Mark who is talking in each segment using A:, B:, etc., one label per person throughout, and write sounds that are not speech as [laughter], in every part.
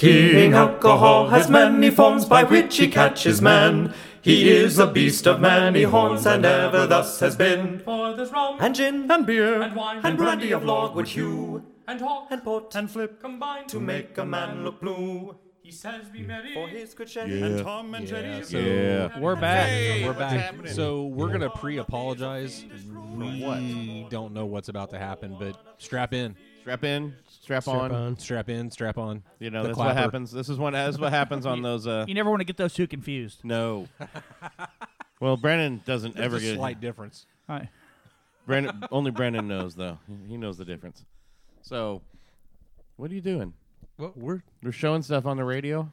A: King Alcohol has many forms by which he catches men. He is a beast of many horns and ever thus has been.
B: For there's rum
A: And gin, and beer,
B: And wine,
A: and brandy of Logwood hue,
B: and hawk
A: and port, and flip,
B: combined
A: to make a man look blue.
B: He says be merry.
A: For his good shed,
C: Yeah.
A: Tom and Jerry.
C: So
D: Yeah.
E: We're back.
C: Hey,
E: we're
C: what's
E: back.
C: happening?
E: So we're gonna pre-apologize. We don't know what's about to happen, but strap in,
C: strap in, strap, on.
E: strap in, strap on.
C: You know
E: The
C: that's what
E: clapper.
C: happens. This is what that's what happens on those. Uh,
E: [laughs]
F: You never want to get those two confused.
C: no. Well, Brandon doesn't ever
E: There's a
C: get
E: slight difference.
F: All right.
C: Brandon only Brandon knows though. He knows the difference. So, what are you doing?
G: Well, we're
C: We're showing stuff on the radio.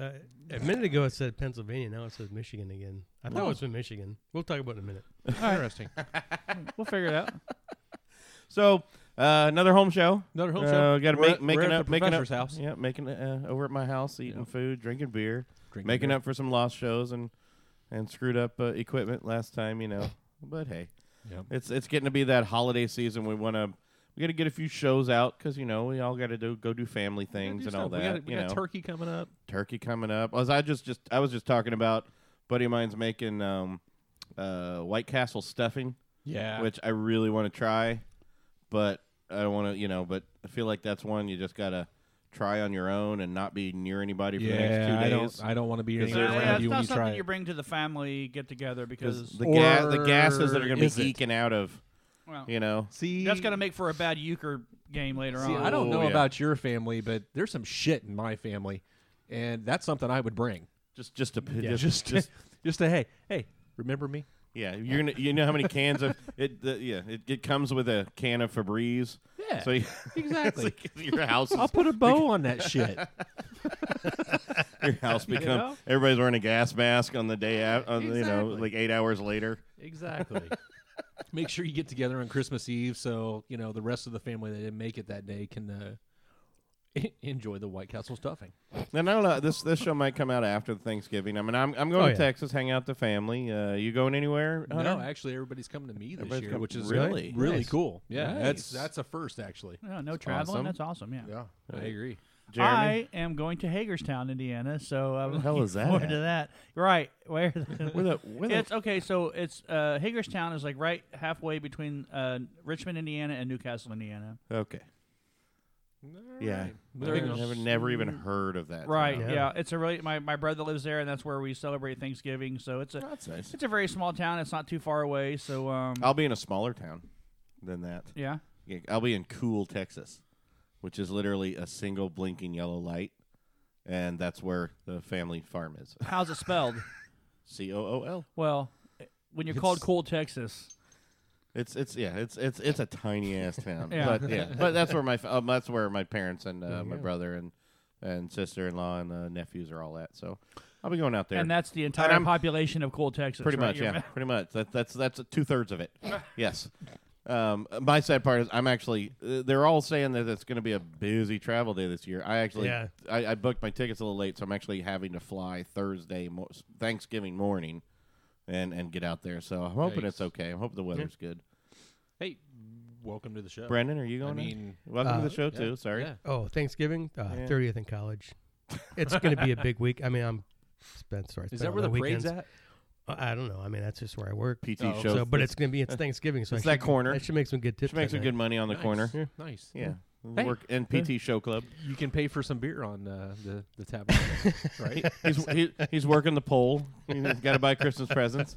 G: uh, a minute ago it said Pennsylvania, now it says Michigan again. I thought it was from Michigan. We'll talk about it in a minute.
E: Interesting.
F: We'll figure it out.
C: So, uh, another home show.
E: Another home
C: Uh,
E: show.
C: got to
E: We're
C: make
E: at-
C: making
E: we're at
C: up
E: the
C: making up
E: professor's house.
C: Yeah, making it uh, over at my house, eating food, drinking beer,
E: Drinking
C: making
E: beer.
C: up for some lost shows and and screwed up uh, equipment last time, you know. But hey,
E: Yep.
C: it's it's getting to be that holiday season. We want to we got to get a few shows out because you know we all got to do go do family things and all
E: We
C: that.
E: got, we
C: you
E: got
C: know,
E: turkey coming up.
C: turkey coming up. As I just just I was just talking about, buddy of mine's making um, uh, White Castle stuffing
E: Yeah.
C: which I really want to try, but I don't want to, you know, but I feel like that's one you just got to try on your own and not be near anybody for the next two
E: yeah. I
C: days.
E: don't. I don't want to be
C: 'Cause
E: anywhere
C: there's-
E: around
C: Yeah,
F: it's
E: you
F: not
E: when you
F: something
E: try.
F: you
E: it.
F: bring to the family get together because
C: the gas, the
E: Or
C: gases that are going to be
E: is it?
C: leaking out of,
F: well,
C: you know,
E: See,
F: that's gonna make for a bad euchre game later
E: See,
F: on.
E: I don't
C: Oh,
E: know
C: yeah.
E: about your family, but there's some shit in my family, and that's something I would bring.
C: just just a
E: Yeah,
C: just,
E: [laughs] just, just, just a hey, hey, remember me?
C: yeah. You're gonna, you know how many cans of [laughs] it? The, yeah, it, it comes with a can of Febreze.
E: Yeah,
C: So you, [laughs]
E: exactly.
C: it's like your house, is,
E: I'll [laughs] put a bow on that shit.
C: your house
E: [laughs]
C: become
E: know?
C: everybody's wearing a gas mask on the day out, on you know,
E: Exactly.
C: like eight hours later.
E: Exactly. make sure you get together on Christmas Eve, so you know the rest of the family that didn't make it that day can uh, e- [laughs] enjoy the White Castle stuffing.
C: Then I don't know. This this show might come out after Thanksgiving. I mean, I'm I'm going
G: Oh,
C: to
G: yeah.
C: Texas, hang out with the family. Uh, you going anywhere?
E: No,
C: Hunter?
E: actually, everybody's coming to me this
C: Uh-huh. Everybody's
E: year,
C: come-
E: which is
C: really?
E: really
G: Nice.
E: cool. Yeah, that's
C: Nice.
E: that's a first actually.
F: Yeah, no traveling.
C: awesome.
F: That's awesome. Yeah.
E: Yeah, I agree.
C: Jeremy.
F: I am going to Hagerstown, Indiana. So I'm
C: the hell
F: looking
C: is that
F: forward
C: at?
F: to that. Right where? the-
C: Where the- [laughs]
F: [laughs]
C: where the-
F: it's okay. So it's uh, Hagerstown is like right halfway between uh, Richmond, Indiana, and Newcastle, Indiana.
C: okay. Yeah,
E: Moving
C: I've
E: on.
C: never, never even heard of that.
F: Right.
C: town.
F: Yeah. It's a really my my brother lives there, and that's where we celebrate Thanksgiving. So it's a
C: That's nice.
F: it's a very small town. It's not too far away. So um,
C: I'll be in a smaller town than that.
F: yeah.
C: Yeah, I'll be in Cool, Texas, which is literally a single blinking yellow light, and that's where the family farm is.
F: How's it spelled?
C: [laughs] C O O L.
F: well, when you're called Cool Texas,
C: It's it's yeah it's it's it's a tiny ass
F: [laughs]
C: town
F: Yeah.
C: but yeah but that's where my f- um, that's where my parents and uh, my brother and and sister in law and uh, nephews are all at so I'll be going out there
F: and that's the entire
C: I'm-
F: population of Cool Texas.
C: pretty
F: right?
C: much
F: You're-
C: yeah pretty much that, that's that's two
F: [laughs]
C: thirds of it yes um, my sad part is I'm actually uh, they're all saying that it's going to be a busy travel day this year I actually
G: Yeah.
C: I, I booked my tickets a little late so I'm actually having to fly Thursday mo- Thanksgiving morning and and get out there so I'm hoping it's
E: Yikes.
C: okay I'm hoping the weather's good.
E: Hey, welcome to the show.
C: Brandon, are you
E: I
C: going? to-
E: mean,
C: welcome to
G: uh,
C: the show
E: yeah,
C: too. Sorry,
E: yeah.
G: Oh, Thanksgiving, uh,
C: Yeah.
G: 30th in college. It's going to be a big week. I mean, I'm spent. Sorry,
E: Is
G: spent
E: that
G: all
E: where the
G: weekends. Uh,
E: parade's at?
G: I I don't know. I mean, that's just where I work.
C: PT
E: Oh,
C: show.
G: So, but it's going to be
E: [laughs]
G: it's Thanksgiving, so I
C: It's that
G: should-
C: corner.
G: I should make some good tips.
C: she makes
G: that
C: some good money on the
E: Nice.
C: corner. Yeah,
E: Nice. Hey.
C: work and PT show [laughs] club.
E: You can pay for some beer on uh, the the tab,
C: [laughs]
E: right?
C: He's he, he's working the pole. He's got to buy Christmas presents.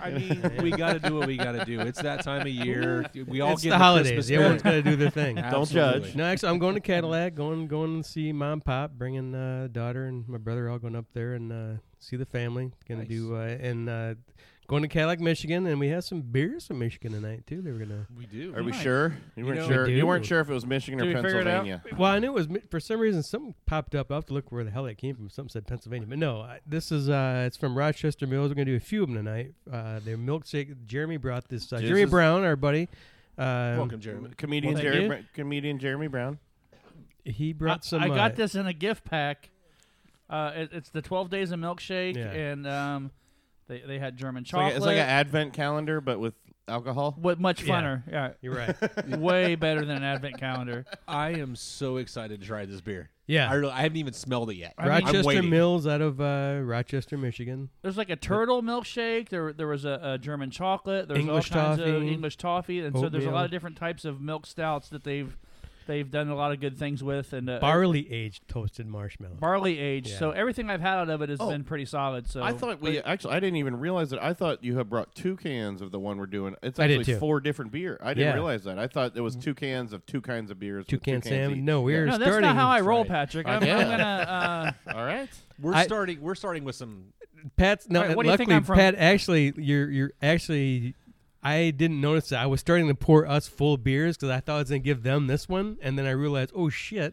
E: I mean, [laughs] we got to do what we got to do. It's that time of year. We all
G: night. It's
E: get
G: the
E: Christmas
G: holidays.
E: spirit.
G: Everyone's got to do their
E: [laughs]
G: thing.
C: Don't judge.
E: Absolutely.
G: No, actually, I'm going to Cadillac. Going, going to see mom, pop, bringing uh, daughter and my brother. All going up there and uh, see the family. Going
E: Nice.
G: to do uh, and uh, going to Cadillac, Michigan, and we have some beers from Michigan tonight too. They were gonna.
E: We do.
C: [laughs] Are we
F: Nice.
C: sure? You weren't
E: know-
C: sure.
G: We
C: You
G: do.
C: weren't sure if it was Michigan
F: Did
C: or
F: we figure it out?
C: Pennsylvania.
G: Well, I knew it was Mi- for some reason something popped up. I will have to look where the hell that came from. Something said Pennsylvania, but no, I, this is uh, it's from Rochester Mills. We're gonna do a few of them tonight. Uh, their milkshake. Jeremy brought this. Uh,
C: This
G: Jeremy
C: is-
G: Brown, our buddy. Um,
E: Welcome, Jeremy.
C: Comedian
G: Well, thank
C: Jerry,
G: you.
C: Bra- comedian Jeremy Brown.
G: He brought
F: I,
G: some.
F: I
G: uh,
F: got this in a gift pack. Uh, it, it's the twelve days of milkshake,
G: Yeah.
F: and um, they they had German
C: It's like,
F: chocolate.
C: a- it's like an advent calendar, but with alcohol.
F: What much
G: Yeah.
F: funner? Yeah,
C: [laughs]
G: You're right.
F: way better than an advent calendar.
E: I am so excited to try this beer. [laughs]
G: Yeah.
E: I, really, I haven't even smelled it yet.
F: mean- I'm
G: Rochester
E: waiting.
G: Mills out of uh, Rochester, Michigan.
F: There's like a turtle milkshake. There, there was a, a German chocolate. There's
G: English
F: all kinds of
G: toffee,
F: English toffee, and so there's a
G: oatmeal.
F: lot of different types of milk stouts that they've they've done a lot of good things with, and uh,
G: Barley aged toasted marshmallow.
F: barley aged.
G: Yeah.
F: So everything I've had out of it has
C: Oh.
F: been pretty solid. So
C: I thought we actually. I didn't even realize that. I thought you had brought two cans of the one we're doing. It's
G: I did
C: actually
G: too.
C: four different beer. I didn't
G: Yeah.
C: realize that. I thought it was two cans of two kinds of beers.
G: Two
C: with two
G: can
C: cans each.
G: Sam. No, we're
F: no, that's
G: starting.
F: not how I roll,
E: right.
F: Patrick.
C: I
F: I'm,
C: know.
F: I'm
C: [laughs]
F: gonna. Uh,
C: All right.
E: We're
G: I-
E: starting. We're starting with some.
G: Pat's no.
F: All right, what do you think
G: luckily,
F: I'm from?
G: Pat actually, you're you're actually. I didn't notice that. I was starting to pour us full beers because I thought I was gonna give them this one, and then I realized, oh shit,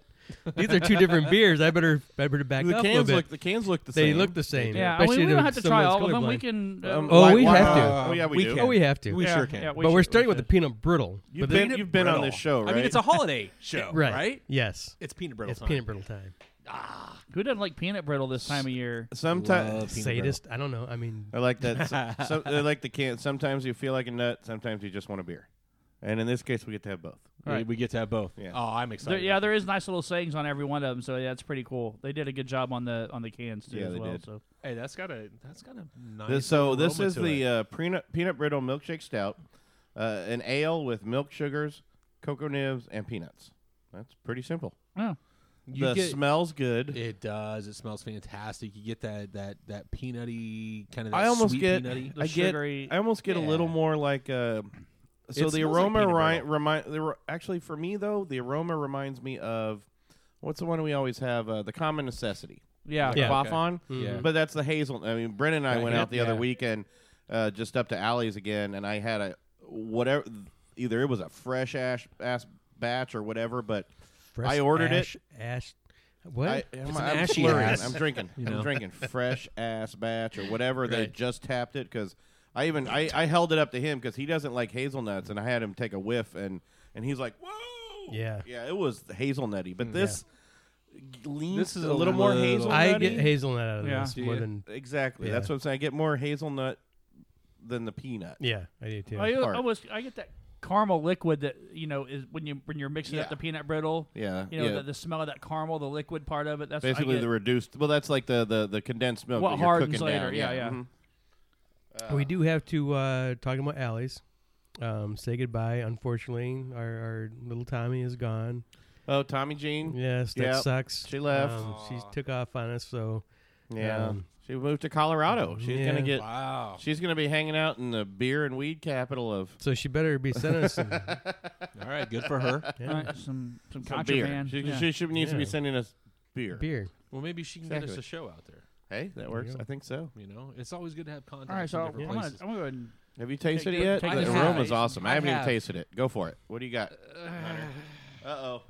G: these are two
F: [laughs]
G: different beers. I better I better back
C: The
G: up a little
C: cans
G: bit.
C: look. The cans look the
G: they
C: same.
G: look the same.
F: yeah, I
G: especially
F: mean, we don't have to try
G: someone's
F: all of them. We
G: colorblind.
F: can.
C: Um,
F: uh,
G: Oh, we
C: why-
G: have to.
C: Oh yeah, we,
E: We
C: do.
E: can.
G: Oh, we have to.
E: We
F: yeah,
E: sure can.
F: yeah, we
G: but we're
F: should-
G: starting
F: we
G: with the
F: should.
G: peanut brittle.
C: You've
G: But then-
C: been. You've been on this show, right?
E: I mean, it's
C: [laughs]
E: a holiday show, right?
G: right. Yes.
E: It's peanut brittle
G: It's
E: time.
G: peanut brittle time.
F: Who doesn't like peanut brittle this time of year?
E: Love
C: sometimes.
E: peanut
G: Sadist. I don't know. I mean,
C: I like that. so,
G: [laughs]
C: so- I like the can. Sometimes you feel like a nut. Sometimes you just want a beer. And in this case, we get to have both.
E: brittle. We, we get to have both.
C: Yeah.
E: Oh, I'm
F: There,
E: excited.
F: yeah, there is nice little sayings on every one of them, so yeah, that's pretty cool. They did a good job on the on the cans too
C: Yeah,
F: as
C: they
F: well.
C: did.
F: So
E: Hey, that's got a that's got a nice.
C: This, so this
E: aroma
C: is
E: to
C: the
E: it.
C: uh, peanut peanut brittle milkshake stout, uh, an ale with milk sugars, cocoa nibs, and peanuts. That's pretty simple.
F: oh.
E: You
C: the
E: get-
C: smells good.
E: It does. It smells fantastic. You get that that that peanutty kind of. That
C: I almost
E: sweet
C: get
E: peanutty.
F: The
C: I get
F: sugary-
C: I almost get a little
E: Yeah.
C: more like uh, so
E: It
C: the
E: smells like
C: aroma
E: peanut
C: ri-
E: brittle.
C: remind the ro- actually for me though the aroma reminds me of what's the one we always have uh, the common necessity
F: yeah,
G: Yeah.
C: Quaff
E: Okay.
C: on Mm-hmm.
E: Yeah.
C: but that's the hazel I mean Brennan and I
E: Right.
C: went out the other
E: Yeah.
C: weekend uh, just up to Alley's again and I had a whatever either it was a fresh ash ass batch or whatever but
G: fresh
C: ordered it.
G: ash, Ash. What?
C: I,
E: It's
C: am
E: an
C: I'm
E: ashy
C: slurring.
E: ass.
C: I'm drinking.
E: You
C: I'm
E: know?
C: drinking fresh ass batch or whatever. They
E: Right.
C: just tapped it because I even I, I held it up to him because he doesn't like hazelnuts, and I had him take a whiff, and and he's like, whoa,
G: Yeah.
C: yeah, it was hazelnutty, but this g- leans
E: This is
C: a
E: a
C: little more
E: little-
C: hazelnutty.
G: I get hazelnut out of
F: Yeah.
G: this
E: Do
G: more
E: you?
G: than
C: exactly.
G: Yeah.
C: That's what I'm saying. I get more hazelnut than the peanut.
G: yeah. I do too.
F: I,
C: Part.
F: I was I get that caramel liquid that you know is when you when you're mixing
C: Yeah.
F: up the peanut brittle.
C: Yeah,
F: You know
C: yeah.
F: the, the smell of that caramel, the liquid part of it. That's what I
C: Basically,
F: get.
C: the reduced. Well, that's like the the, the condensed milk.
F: What
C: that you're
F: hardens
C: cooking
F: later,
C: down.
F: yeah, yeah.
C: mhm.
G: we do have to uh, talking about alleys. Um, say goodbye. Unfortunately, our, our little Tommy is gone.
C: Oh, Tommy Jean.
G: Yes, that
C: Yep.
G: sucks.
C: She left.
G: Um, she took off on us. So
C: Yeah.
G: Um,
C: she moved to Colorado. She's
G: yeah.
C: gonna get
E: wow.
C: she's gonna be hanging out in the beer and weed capital of
G: so she better be sending us. Some,
E: [laughs]
G: [laughs]
E: All right, good for her.
G: yeah,
F: All right, some some
C: some beer.
F: contraband.
C: She,
F: yeah.
C: she should needs to be
G: Yeah.
C: sending us beer.
G: beer.
E: Well, maybe she can get
C: Exactly.
E: us a show out there.
C: Hey, that
G: you
C: works.
G: go.
C: I think so.
E: You know, it's always good to have contact.
F: All right, so
E: from
F: I'm
E: different
F: gonna,
E: places.
F: I'm gonna go ahead and
C: Have you tasted
F: Take
C: it
F: the-
C: yet?
F: take
C: the
E: the
C: aroma's
E: taste.
C: awesome. I,
E: I
C: haven't even
E: have.
C: tasted it. Go for it. What do you [sighs] got? Uh oh.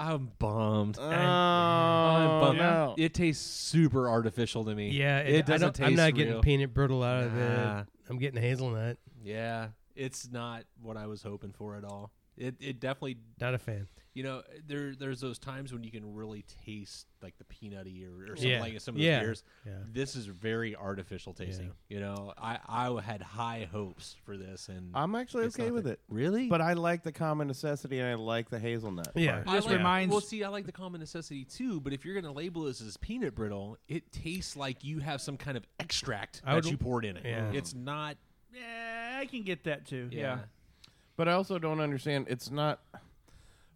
E: I'm bummed.
C: Oh,
E: I'm bummed.
C: Uh, no.
E: It tastes super artificial to me.
G: Yeah,
E: it, doesn't
G: I don't,
E: taste
G: I'm not
E: real.
G: getting peanut brittle out of
E: Nah.
G: it. I'm getting hazelnut.
E: Yeah, it's not what I was hoping for at all. It it definitely
G: Not a fan.
E: you know there there's those times when you can really taste like the peanutty or, or something
G: Yeah.
E: like in some of those
G: Yeah.
E: beers.
G: Yeah.
E: This is very artificial tasting. You know, I I had high hopes for this and
C: I'm actually
E: it's
C: okay
E: not
C: with
E: the-
C: it.
E: Really?
C: But I like the common necessity and I like the hazelnut.
G: Yeah.
E: I
F: Just
E: like,
F: reminds-
E: Well, see, I like the common necessity too, but if you're going to label this as peanut brittle, it tastes like you have some kind of extract
G: I
E: that
G: would-
E: you poured in it.
G: yeah.
E: It's not.
F: yeah, I can get that too.
E: Yeah.
F: Yeah,
C: But I also don't understand. It's not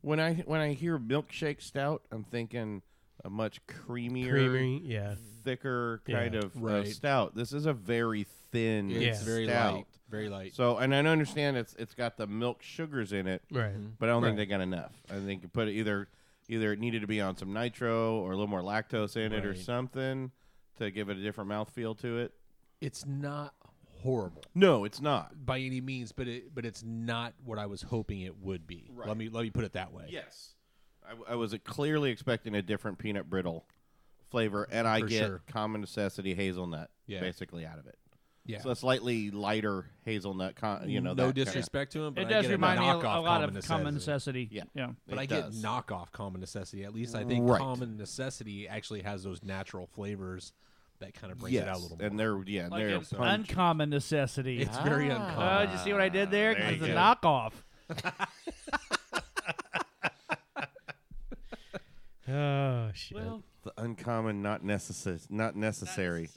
C: when I when I hear milkshake stout, I'm thinking a much creamier,
G: Creamy. Yeah.
C: thicker kind
G: Yeah.
C: of uh,
E: Right.
C: stout. This is a very thin
E: It's
G: Yeah.
E: very
C: stout.
E: light. Very light.
C: So, and I understand it's it's got the milk sugars in it,
G: Right.
C: but I don't think they got enough. I think you put it either either it needed to be on some nitro or a little more lactose in it or
E: Right.
C: something to give it a different mouthfeel to it.
E: it's not horrible
C: No, it's not.
E: by any means, but it but it's not what I was hoping it would be. Let me let me put it that way.
C: Yes, I, w- I was uh, clearly expecting a different peanut brittle flavor, and I
E: For
C: get
E: sure.
C: common necessity hazelnut
E: Yeah.
C: basically out of it.
E: Yeah.
C: So a slightly lighter hazelnut, con- you know,
E: no
C: that kinda-
E: disrespect to him, but
F: it
E: I
F: does
E: get
F: remind me a, a
E: knockoff
F: lot
E: common
F: of common
E: necessity.
F: necessity.
C: Yeah.
F: yeah.
E: But
C: It
E: I
C: does.
E: get knockoff common necessity. At least I think
C: Right.
E: common necessity actually has those natural flavors that kind of brings
C: Yes,
E: it out a little more.
C: and they're yeah,
F: Like
C: they're
F: an
C: punch.
F: uncommon necessity.
E: it's very
F: Oh,
G: Ah.
C: Uh,
E: uncommon.
F: did you see what I did there? 'Cause
C: There
F: it's
C: you
F: a
C: go.
F: knockoff.
G: Oh shit.
E: Well,
C: The uncommon, not necessary, not necessary,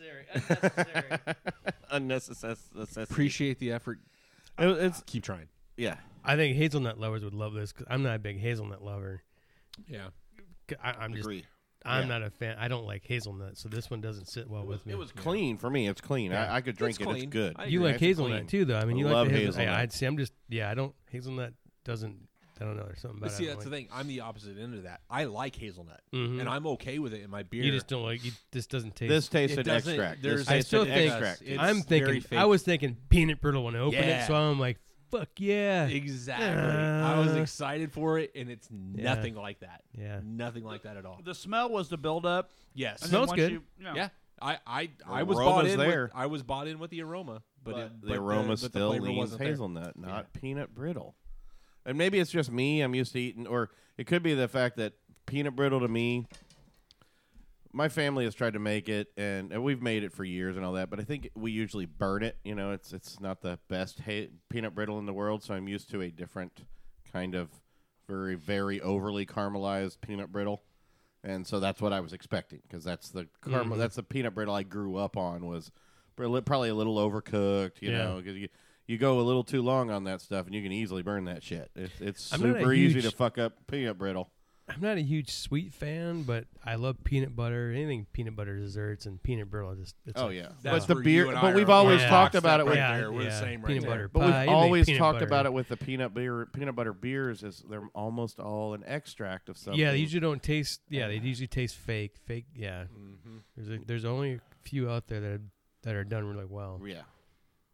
F: Unnecessary.
C: [laughs] unnecessary.
E: appreciate the effort.
C: it's
E: Keep trying.
C: yeah.
G: I think hazelnut lovers would love this because I'm not a big hazelnut lover.
E: Yeah.
G: 'Cause I, am just,
C: Agree. Yeah.
G: I'm not a fan. I don't like hazelnut, so this one doesn't sit well with me.
C: It was clean for me. It's clean. I, I could drink
E: It's
C: it.
E: clean.
C: It's good.
E: I
G: you
E: agree.
G: like
C: It's
G: hazelnut
C: clean.
G: too, though. I mean,
C: I
G: you
C: love
G: like the hazelnut.
C: hazelnut.
G: I, would say I'm just, yeah, I don't. Hazelnut doesn't. I don't know. There's something about
E: But
G: it.
E: see,
G: I
E: that's
G: don't
E: the
G: like.
E: thing. I'm the opposite end of that. I like hazelnut,
C: Mm-hmm.
G: Mhm.
E: and I'm okay with it in my beer.
G: You just don't like. You, this doesn't taste.
C: This tastes
E: It
C: an
E: doesn't-
C: extract.
E: there's-
C: This
E: I
C: tastes
G: still
C: an
G: think-
C: extract.
E: Yes,
G: I'm
E: it's very
G: thinking.
E: fake. [laughs]
G: I was thinking peanut brittle when I opened
E: Yeah.
G: it, so I'm like, fuck yeah,
E: exactly. I was
G: Uh,
E: excited for it, and it's nothing like that.
G: yeah.
E: Nothing like that at all.
F: The smell was the buildup.
E: Yes.
F: and then
G: Smells
F: once
G: good.
F: You, you know,
E: Yeah. I I, I was bought
C: aroma's
E: in.
C: there.
E: With, I was bought in with the aroma, but,
C: But,
E: it, but
C: the aroma
E: but the
C: still
E: flavor
C: leans
E: wasn't there.
C: hazelnut, not peanut brittle. And maybe it's just me. I'm used to eating, or it could be the fact that peanut brittle to me. My family has tried to make it, and, and we've made it for years and all that. But I think we usually burn it. You know, it's it's not the best ha- peanut brittle in the world, so I'm used to a different kind of very very overly caramelized peanut brittle, and so that's what I was expecting because that's the caramel
E: Mm-hmm.
C: that's the peanut brittle I grew up on was br- probably a little overcooked. You
G: Yeah.
C: know, 'cause you, you go a little too long on that stuff, and you can easily burn that shit. It's, it's
G: I'm not a
C: super easy
G: huge-
C: to fuck up peanut brittle.
G: I'm not a huge sweet fan, but I love peanut butter. Anything peanut butter desserts and peanut brittle. I Just it's
C: Oh
G: like-
C: yeah,
E: That's
C: but the
E: where
C: beer.
E: you and I
C: But
E: are
C: we've
E: on
C: always
E: the
G: Yeah.
C: talked
E: step
C: about it
E: right
C: with.
G: Yeah.
E: there. We're the same right
G: peanut
E: there.
G: butter.
C: But
G: pie,
C: we've
G: anything
C: always
G: peanut
C: talked
G: butter.
C: about it with the peanut beer. Peanut butter beers is they're almost all an extract of something.
G: Yeah, they usually don't taste. Yeah, they usually taste fake. Fake. Yeah,
C: Mm-hmm.
G: there's a, there's only a few out there that are, that are done really well.
C: Yeah.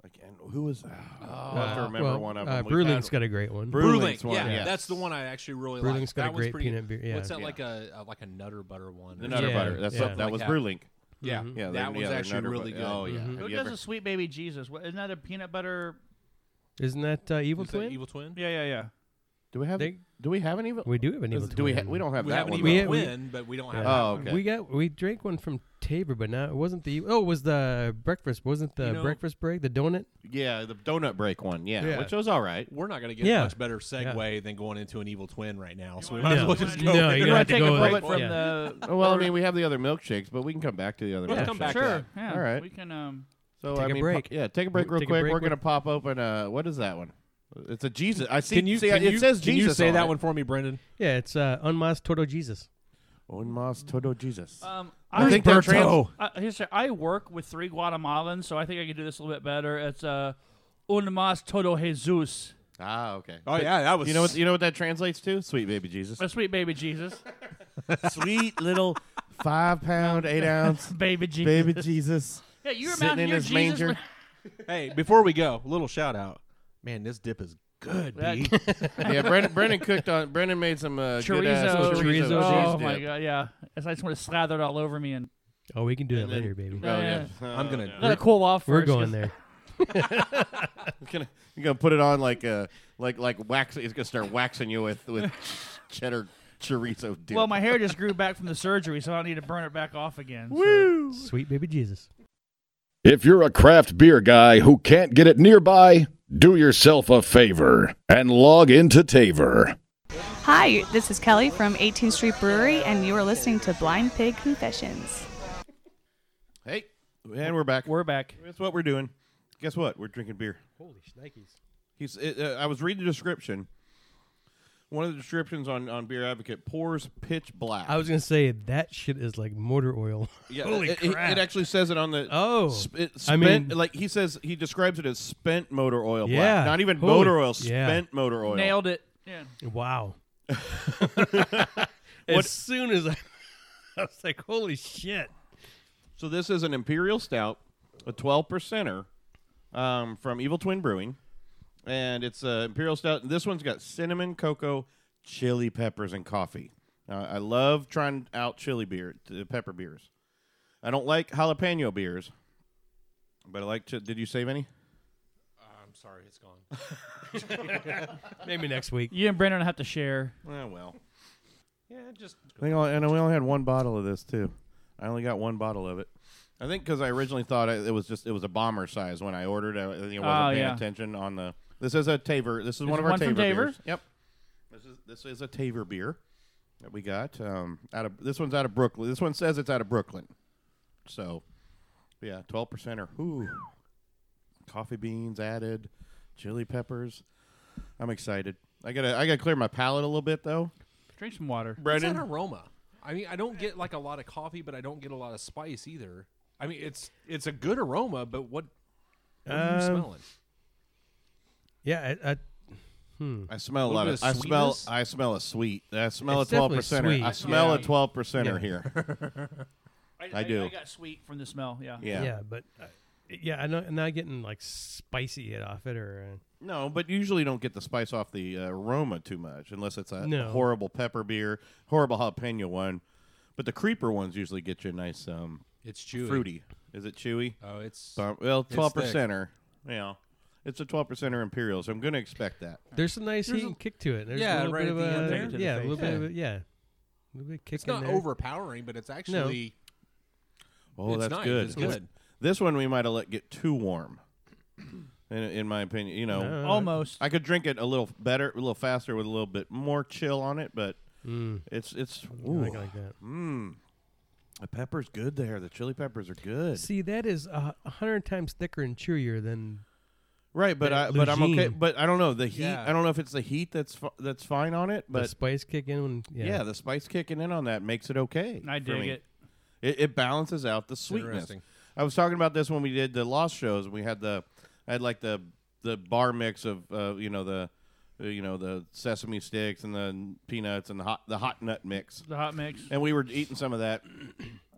C: Like, and who was that?
E: Oh,
C: I have to
G: Uh,
C: remember
G: well,
C: one of
G: uh,
C: them. We've
G: Brewling's
C: had-
G: got a great one.
C: Brew-
E: Brewlink,
C: Brewling's one,
E: yeah,
C: yeah.
E: that's the one I actually really like.
G: Brewling's got
E: that
G: a
E: one's
G: great
E: pretty,
G: peanut beer. Yeah,
E: What's that
C: Yeah.
E: like a, a like a Nutter Butter one?
C: the
E: or
C: Nutter
E: something?
G: Yeah.
C: Butter. That's
G: Yeah.
C: that was
E: Like that.
C: Brewlink.
E: Yeah,
G: Mhm.
C: Yeah,
E: that
C: the-
E: was
C: yeah, the
E: actually
C: Nutter
E: really
C: Bu-
E: good. Mm-hmm.
C: Oh yeah.
G: Mhm.
C: Have
F: Who
C: you
F: does
C: ever-
F: a sweet baby Jesus? What, isn't that a peanut butter?
G: Isn't that uh, Evil
E: Is that
G: Twin?
E: Evil Twin.
F: Yeah, yeah, yeah.
C: do we have?
G: They-
C: do we have an evil?
G: we do have an
C: is-
G: Evil
C: do
G: Twin.
C: we? Ha- we don't have
E: We
C: that
E: have an
C: one.
E: Evil
G: We
C: though.
G: have- we-
E: Twin, but we don't have.
G: Yeah.
E: that
C: Oh,
E: one.
C: okay.
G: We got we drank one from Tabor, but not it wasn't the oh it was the breakfast wasn't the
E: You know-
G: breakfast break the donut
C: Yeah, the donut break one. Yeah,
G: Yeah.
C: which was all
E: [laughs]
C: right.
E: We're not going to get
G: Yeah.
E: much better segue than going into an Evil Twin right now. So we
F: wanna-
E: might as
F: No.
E: well just
F: You
E: go.
G: wanna-
E: there.
G: you
F: You
G: wanna
F: want to take
G: go
F: a break
G: with-
F: from
G: yeah.
F: the?
C: [laughs] Oh, well, I mean, we have the other milkshakes, but we can come back to the other.
E: We'll
C: milkshakes.
E: come back to
F: sure.
E: that.
F: Yeah.
C: All right.
F: We can. Um,
C: So
G: Take
C: I
G: a
C: mean,
G: break.
C: po- yeah, take a break real
G: Take a
C: quick.
G: break
C: We're gonna
G: with-
C: pop open. Uh, what is that one? It's a Jesus. I see.
E: Can you?
C: see,
E: can
C: it
E: you-
C: says
E: can
C: Jesus.
E: you say
C: on
E: that
C: it.
E: one for me, Brendan?
G: yeah it's uh, unmasked Toto Jesus
C: Un mas todo Jesus.
F: um,
C: I think they're trans.
F: Uh, here's the- I work with three Guatemalans, so I think I can do this a little bit better. It's uh, un mas todo Jesus,
C: Ah, okay.
E: Oh yeah, that was.
C: You know what? You know what that translates to? Sweet baby Jesus.
F: a sweet baby Jesus,
C: Sweet little [laughs] five pound, [laughs] eight ounce
F: baby Jesus.
C: baby Jesus
F: yeah, you were
C: sitting in
F: your
C: his
F: Jesus.
C: manger.
E: [laughs] hey, before we go, little shout out. Man, this dip is good.
F: That-
C: [laughs]
E: B.
C: yeah, Brendan. Brendan cooked on. Brendan made some uh, good ass
F: chorizo,
C: chorizo.
G: Chorizo
F: Oh
C: cheese
F: my
C: dip.
F: god, yeah. It's, I just want to slather it all over me and
G: oh we can do that
C: And then-
G: later baby
C: Oh, yeah. [laughs]
E: I'm gonna.
F: let it cool off.
G: we're
F: first,
G: going
F: 'cause-
E: [laughs]
G: there
C: gonna you're gonna put it on like uh like like wax it's gonna start waxing you with [laughs] with cheddar chorizo dip.
F: Well, my hair just grew back from the surgery, so I don't need to burn it back off again. so-
G: sweet baby Jesus
B: If you're a craft beer guy who can't get it nearby, do yourself a favor and log into Taver.
D: Hi, this is Kelly from 18th Street Brewery, and you are listening to Blind Pig Confessions.
C: hey and we're back
F: We're back.
C: that's what we're doing guess what we're drinking beer
G: holy shnikes
C: he's it, uh, i was reading the description one of the descriptions on on beer advocate pours pitch black
G: I was gonna say that shit is like motor oil
C: yeah,
G: holy
C: it, it-
G: crap
C: it actually says it on the
G: Oh.
C: sp- it
G: I
C: spent,
G: mean-
C: like he says he describes it as spent motor oil
G: Yeah.
C: black not even
G: Holy-
C: motor oil
G: yeah.
C: spent motor oil
F: Nailed it. Yeah.
G: [laughs]
E: [laughs]
G: wow as soon as I [laughs] I was like holy shit
C: So this is an imperial stout, a twelve percenter, um, from Evil Twin Brewing, and it's uh, imperial stout. This one's got cinnamon, cocoa, chili peppers, and coffee. Uh, I love trying out chili beer, t- pepper beers. I don't like jalapeno beers, but I like. Ch- Did you save any?
E: I'm sorry, it's gone.
G: maybe next week
F: You and Brandon have to share.
C: Oh well.
E: Yeah, just
C: I think, I, and we only had one bottle of this too. I only got one bottle of it. I think because I originally thought it, it was just it was a bomber size when I ordered. I, I think I wasn't
F: Oh,
C: paying
F: yeah.
C: attention on the. This is a Taver. This is one
F: is
C: of our
F: one
C: Taver
F: from
C: beers.
F: Taver?
C: Yep. This is this is a Taver beer. that we got. Um, out of this one's out of Brooklyn. This one says it's out of Brooklyn. So, yeah, twelve percent are Ooh, coffee beans added, chili peppers. I'm excited. I gotta I gotta clear my palate a little bit though.
F: Drink some water.
E: What's that aroma? I mean, I don't get like a lot of coffee, but I don't get a lot of spice either. I mean, it's it's a good aroma, but what, what are you
G: Um,
E: smelling?
G: Yeah, I, I,
C: I smell a
E: Little
C: lot
E: bit
C: of.
E: of
C: I smell.
E: sweetness?
C: I smell a sweet. I smell
G: It's
C: a twelve percenter.
G: definitely sweet.
C: I smell a
F: Yeah.
C: twelve percenter here. I do.
F: I got sweet from the smell. Yeah.
C: Yeah.
G: yeah. but uh, yeah, I'm not, I'm not getting like spicy it off it or uh,
C: No, but you usually don't get the spice off the uh, aroma too much, unless it's a
G: No.
C: horrible pepper beer, horrible jalapeno one. But the creeper ones usually get you a nice um,
E: It's chewy.
C: fruity. Is it chewy?
E: Oh, it's
C: Bum- well,
E: thick.
C: twelve percenter. Yeah, it's a twelve percenter imperial, so I'm going to expect that.
G: there's a nice
E: There's
G: heat
E: a-
G: and kick to it. There's
E: yeah,
G: a little
E: right
G: bit
E: at the
G: of
E: end
G: a,
E: there to
F: the
G: yeah, a
F: face.
G: little bit of
E: Yeah.
G: a, yeah, a little bit of kick
E: it's not
G: in there.
E: overpowering, but it's actually
C: Oh,
E: It's
C: that's
E: nice.
C: good.
E: It's good.
C: This one we might have let get too warm, in, in my opinion. You know,
G: No.
F: Almost.
C: I could drink it a little better, a little faster, with a little bit more chill on it, but
E: Mm.
C: it's it's
G: I
C: ooh,
G: like, like that.
C: the pepper's good there. The chili peppers are good,
G: See, that is a a hundred times thicker and chewier than
C: right? But I
G: that
C: but I'm okay.
G: Lugine.
C: But I don't know the heat.
E: Yeah.
C: I don't know if it's the heat that's fi- that's fine on it,
G: the
C: but
G: spice kick in. When,
C: yeah.
G: yeah,
C: the spice kicking in on that makes it okay.
F: I
C: for
F: dig
C: me.
F: it.
C: It, it balances out the sweetness.
E: interesting.
C: I was talking about this when we did the Lost shows. We had the, I had like the the bar mix of uh, you know the, uh, you know the sesame sticks and the peanuts and the hot the hot nut mix.
F: The hot mix.
C: And we were eating some of that,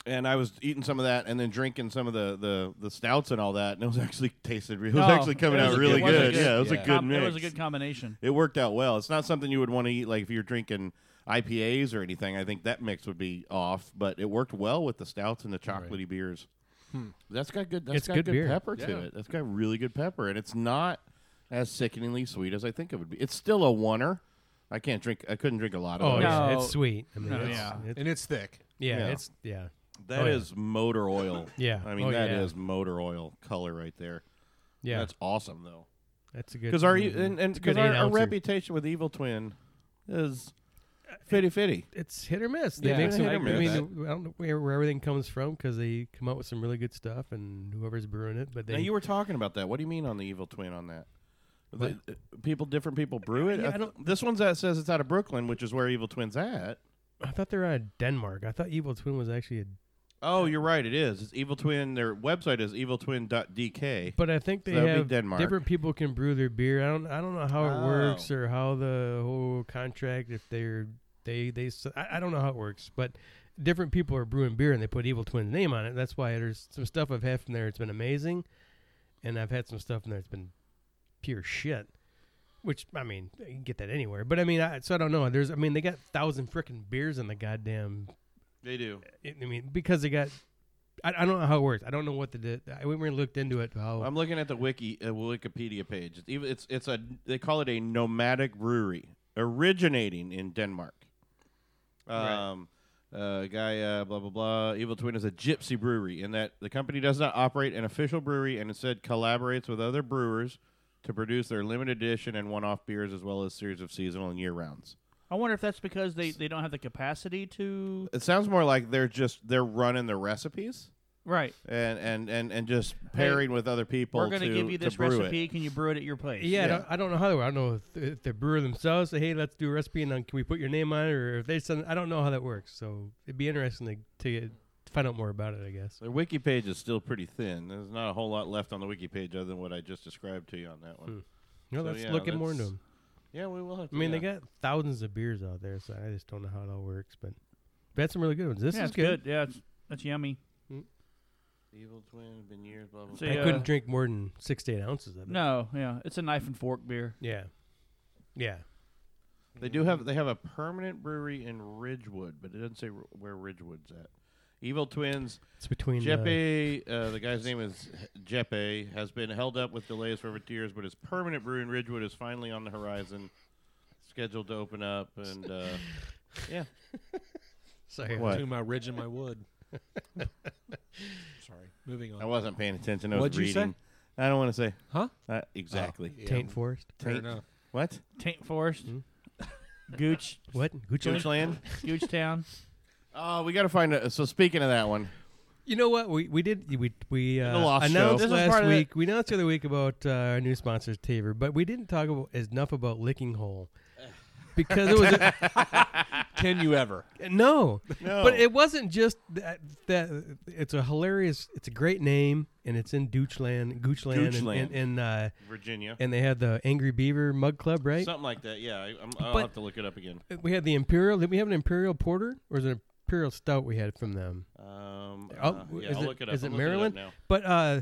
C: and I was eating some of that, and then drinking some of the the, the stouts and all that, and it was actually tasted. re- It was
F: No,
C: actually coming
F: Oh, it was
C: out
F: a-
C: really
F: it was a
C: good. Yeah, it was a
E: yeah.
C: good
F: com-
C: mix.
F: It was a good combination.
C: It worked out well. It's not something you would want to eat like if you're drinking IPAs or anything. I think that mix would be off, but it worked well with the stouts and the chocolatey beers. Hmm. That's got good. that
G: It's
C: got
G: good
C: good,
G: beer.
C: pepper
E: Yeah.
C: to it. That's got really good pepper, and it's not as sickeningly sweet as I think it would be. It's still a oneer. I can't drink. I couldn't drink a lot of.
G: Oh
C: those.
G: yeah,
F: No.
G: it's sweet. I mean,
F: No,
G: it's,
F: yeah.
G: it's-
E: and it's thick.
G: yeah,
C: Yeah.
G: it's yeah.
C: That
G: Oh, yeah.
C: is motor oil.
G: Yeah.
C: I mean
G: Oh,
C: that is
G: yeah.
C: motor oil color right there.
G: Yeah,
C: that's awesome though.
G: that's a good.
C: Because our e
G: mm,
C: and and
G: it's a
C: because
G: good
C: our,
G: eight
C: our
G: ouncer.
C: reputation with Evil Twin is fitty fitty.
G: it's hit or miss. They
E: Yeah,
G: make
E: it's
G: some.
C: hit
G: I
C: or miss.
G: mean, I don't know where, where everything comes from because they come out with some really good stuff, and whoever's brewing it. But they,
C: Now you were talking about that. What do you mean on the evil twin on that? The- uh, people, different people brew it. I
G: Yeah, I
C: th-
G: don't-
C: this one's that says it's out of Brooklyn, which is where Evil Twin's at.
G: I thought they were out of Denmark. I thought Evil Twin was actually a.
C: Oh, you're right. It is. It's Evil Twin. Their website is eviltwin.dk.
G: But I think they
C: that'd be
G: have
C: Denmark.
G: different people can brew their beer. I don't. I don't know how it works
C: Oh.
G: or how the whole contract if they're they they. s- I, I don't know how it works, but different people are brewing beer and they put Evil Twin's name on it. That's why there's some stuff I've had from there. It's been amazing, and I've had some stuff from there. It's been pure shit. Which I mean, you can get that anywhere. But I mean, I, so I don't know. There's, I mean, they got thousand freaking beers in the goddamn
C: They do.
G: I I mean, because they got. I, I don't know how it works. I don't know what the. di- I we really looked into it. How
C: I'm looking at the wiki uh, Wikipedia page. It's, ev- it's it's a they call it a nomadic brewery originating in Denmark. Um, uh, guy uh, blah blah blah. Evil Twin is a gypsy brewery in that the company does not operate an official brewery and instead collaborates with other brewers to produce their limited edition and one-off beers as well as series of seasonal and year rounds.
F: I wonder if that's because they, they don't have the capacity to.
C: It sounds more like they're just they're running the recipes
F: Right.
C: and and and, and just pairing with other people.
F: We're gonna
C: to-
F: give you
C: to
F: this
C: brew it.
F: recipe. Can you brew it at your place?
G: yeah, I, don't, I don't know how they. Work. I don't know if, if the brewer themselves say, "Hey, let's do a recipe," and then can we put your name on it, or if they send. I don't know how that works. So it'd be interesting to to, get, to find out more about it. I guess.
C: Their wiki page is still pretty thin. There's not a whole lot left on the wiki page other than what I just described to you on that one.
E: Hmm.
G: No,
C: So,
G: let's
C: yeah,
G: look at more into
C: that's-
G: them.
C: Yeah, we will have to.
G: I mean,
C: yeah.
G: they got thousands of beers out there, so I just don't know how it all works. But we had some really good ones. This
F: yeah,
G: is
F: it's good. Yeah, it's, that's yummy.
C: Evil Twin, been years, blah, blah,
F: So,
C: blah.
G: I
F: yeah.
G: couldn't drink more than six to eight ounces of it.
F: uh, No, yeah, it's a knife and fork beer.
G: Yeah. Yeah.
C: They do have they have a permanent brewery in Ridgewood, but it doesn't say wh- where Ridgewood's at. Evil Twins,
G: It's between. uh,
C: Jeppe, uh, the guy's name is Jeppe, has been held up with delays for over two years, but his permanent brewery in Ridgewood is finally on the horizon, scheduled to open up, and
E: [laughs]
C: uh, yeah,
G: sorry.
C: What?
E: Between my ridge and my wood. [laughs] Sorry. Moving on.
C: I wasn't paying attention. I was
E: What'd you say?
C: reading. I don't want to say
E: Huh? Oh,
C: uh, exactly.
E: Yeah,
G: Taint Forest.
E: fair
C: Taint-
E: enough.
C: What?
G: Hmm?
F: Taint Forest. Gooch,
G: What? Gucci?
C: Goochland.
F: Gooch
G: [laughs]
F: Town.
C: Oh, we got to find a. So speaking of that one,
G: You know what? We we did we we uh,
C: lost show.
G: announced
C: This is part
G: last
C: of the-
G: week. We announced the other week about uh, our new sponsors, Taver, but we didn't talk about, enough about
C: [laughs]
G: Licking Hole because it was a,
E: Can you ever?
G: No.
C: No.
G: But it wasn't just that, that. It's a hilarious. It's a great name, and it's in Goochland, Goochland, and-
C: Goochland.
G: and and, uh,
C: Virginia,
G: and they had the Angry Beaver Mug Club, right?
C: something like that. Yeah, I, I'm, I'll
G: But-
C: have to look it up again.
G: we had the Imperial. Did we have an Imperial Porter or is it an Imperial Stout we had from them?
C: Um,
G: Oh,
C: uh, yeah,
G: is
C: I'll
G: it-
C: look it up.
G: is it
C: I'm looking
G: Maryland?
C: up
G: But uh,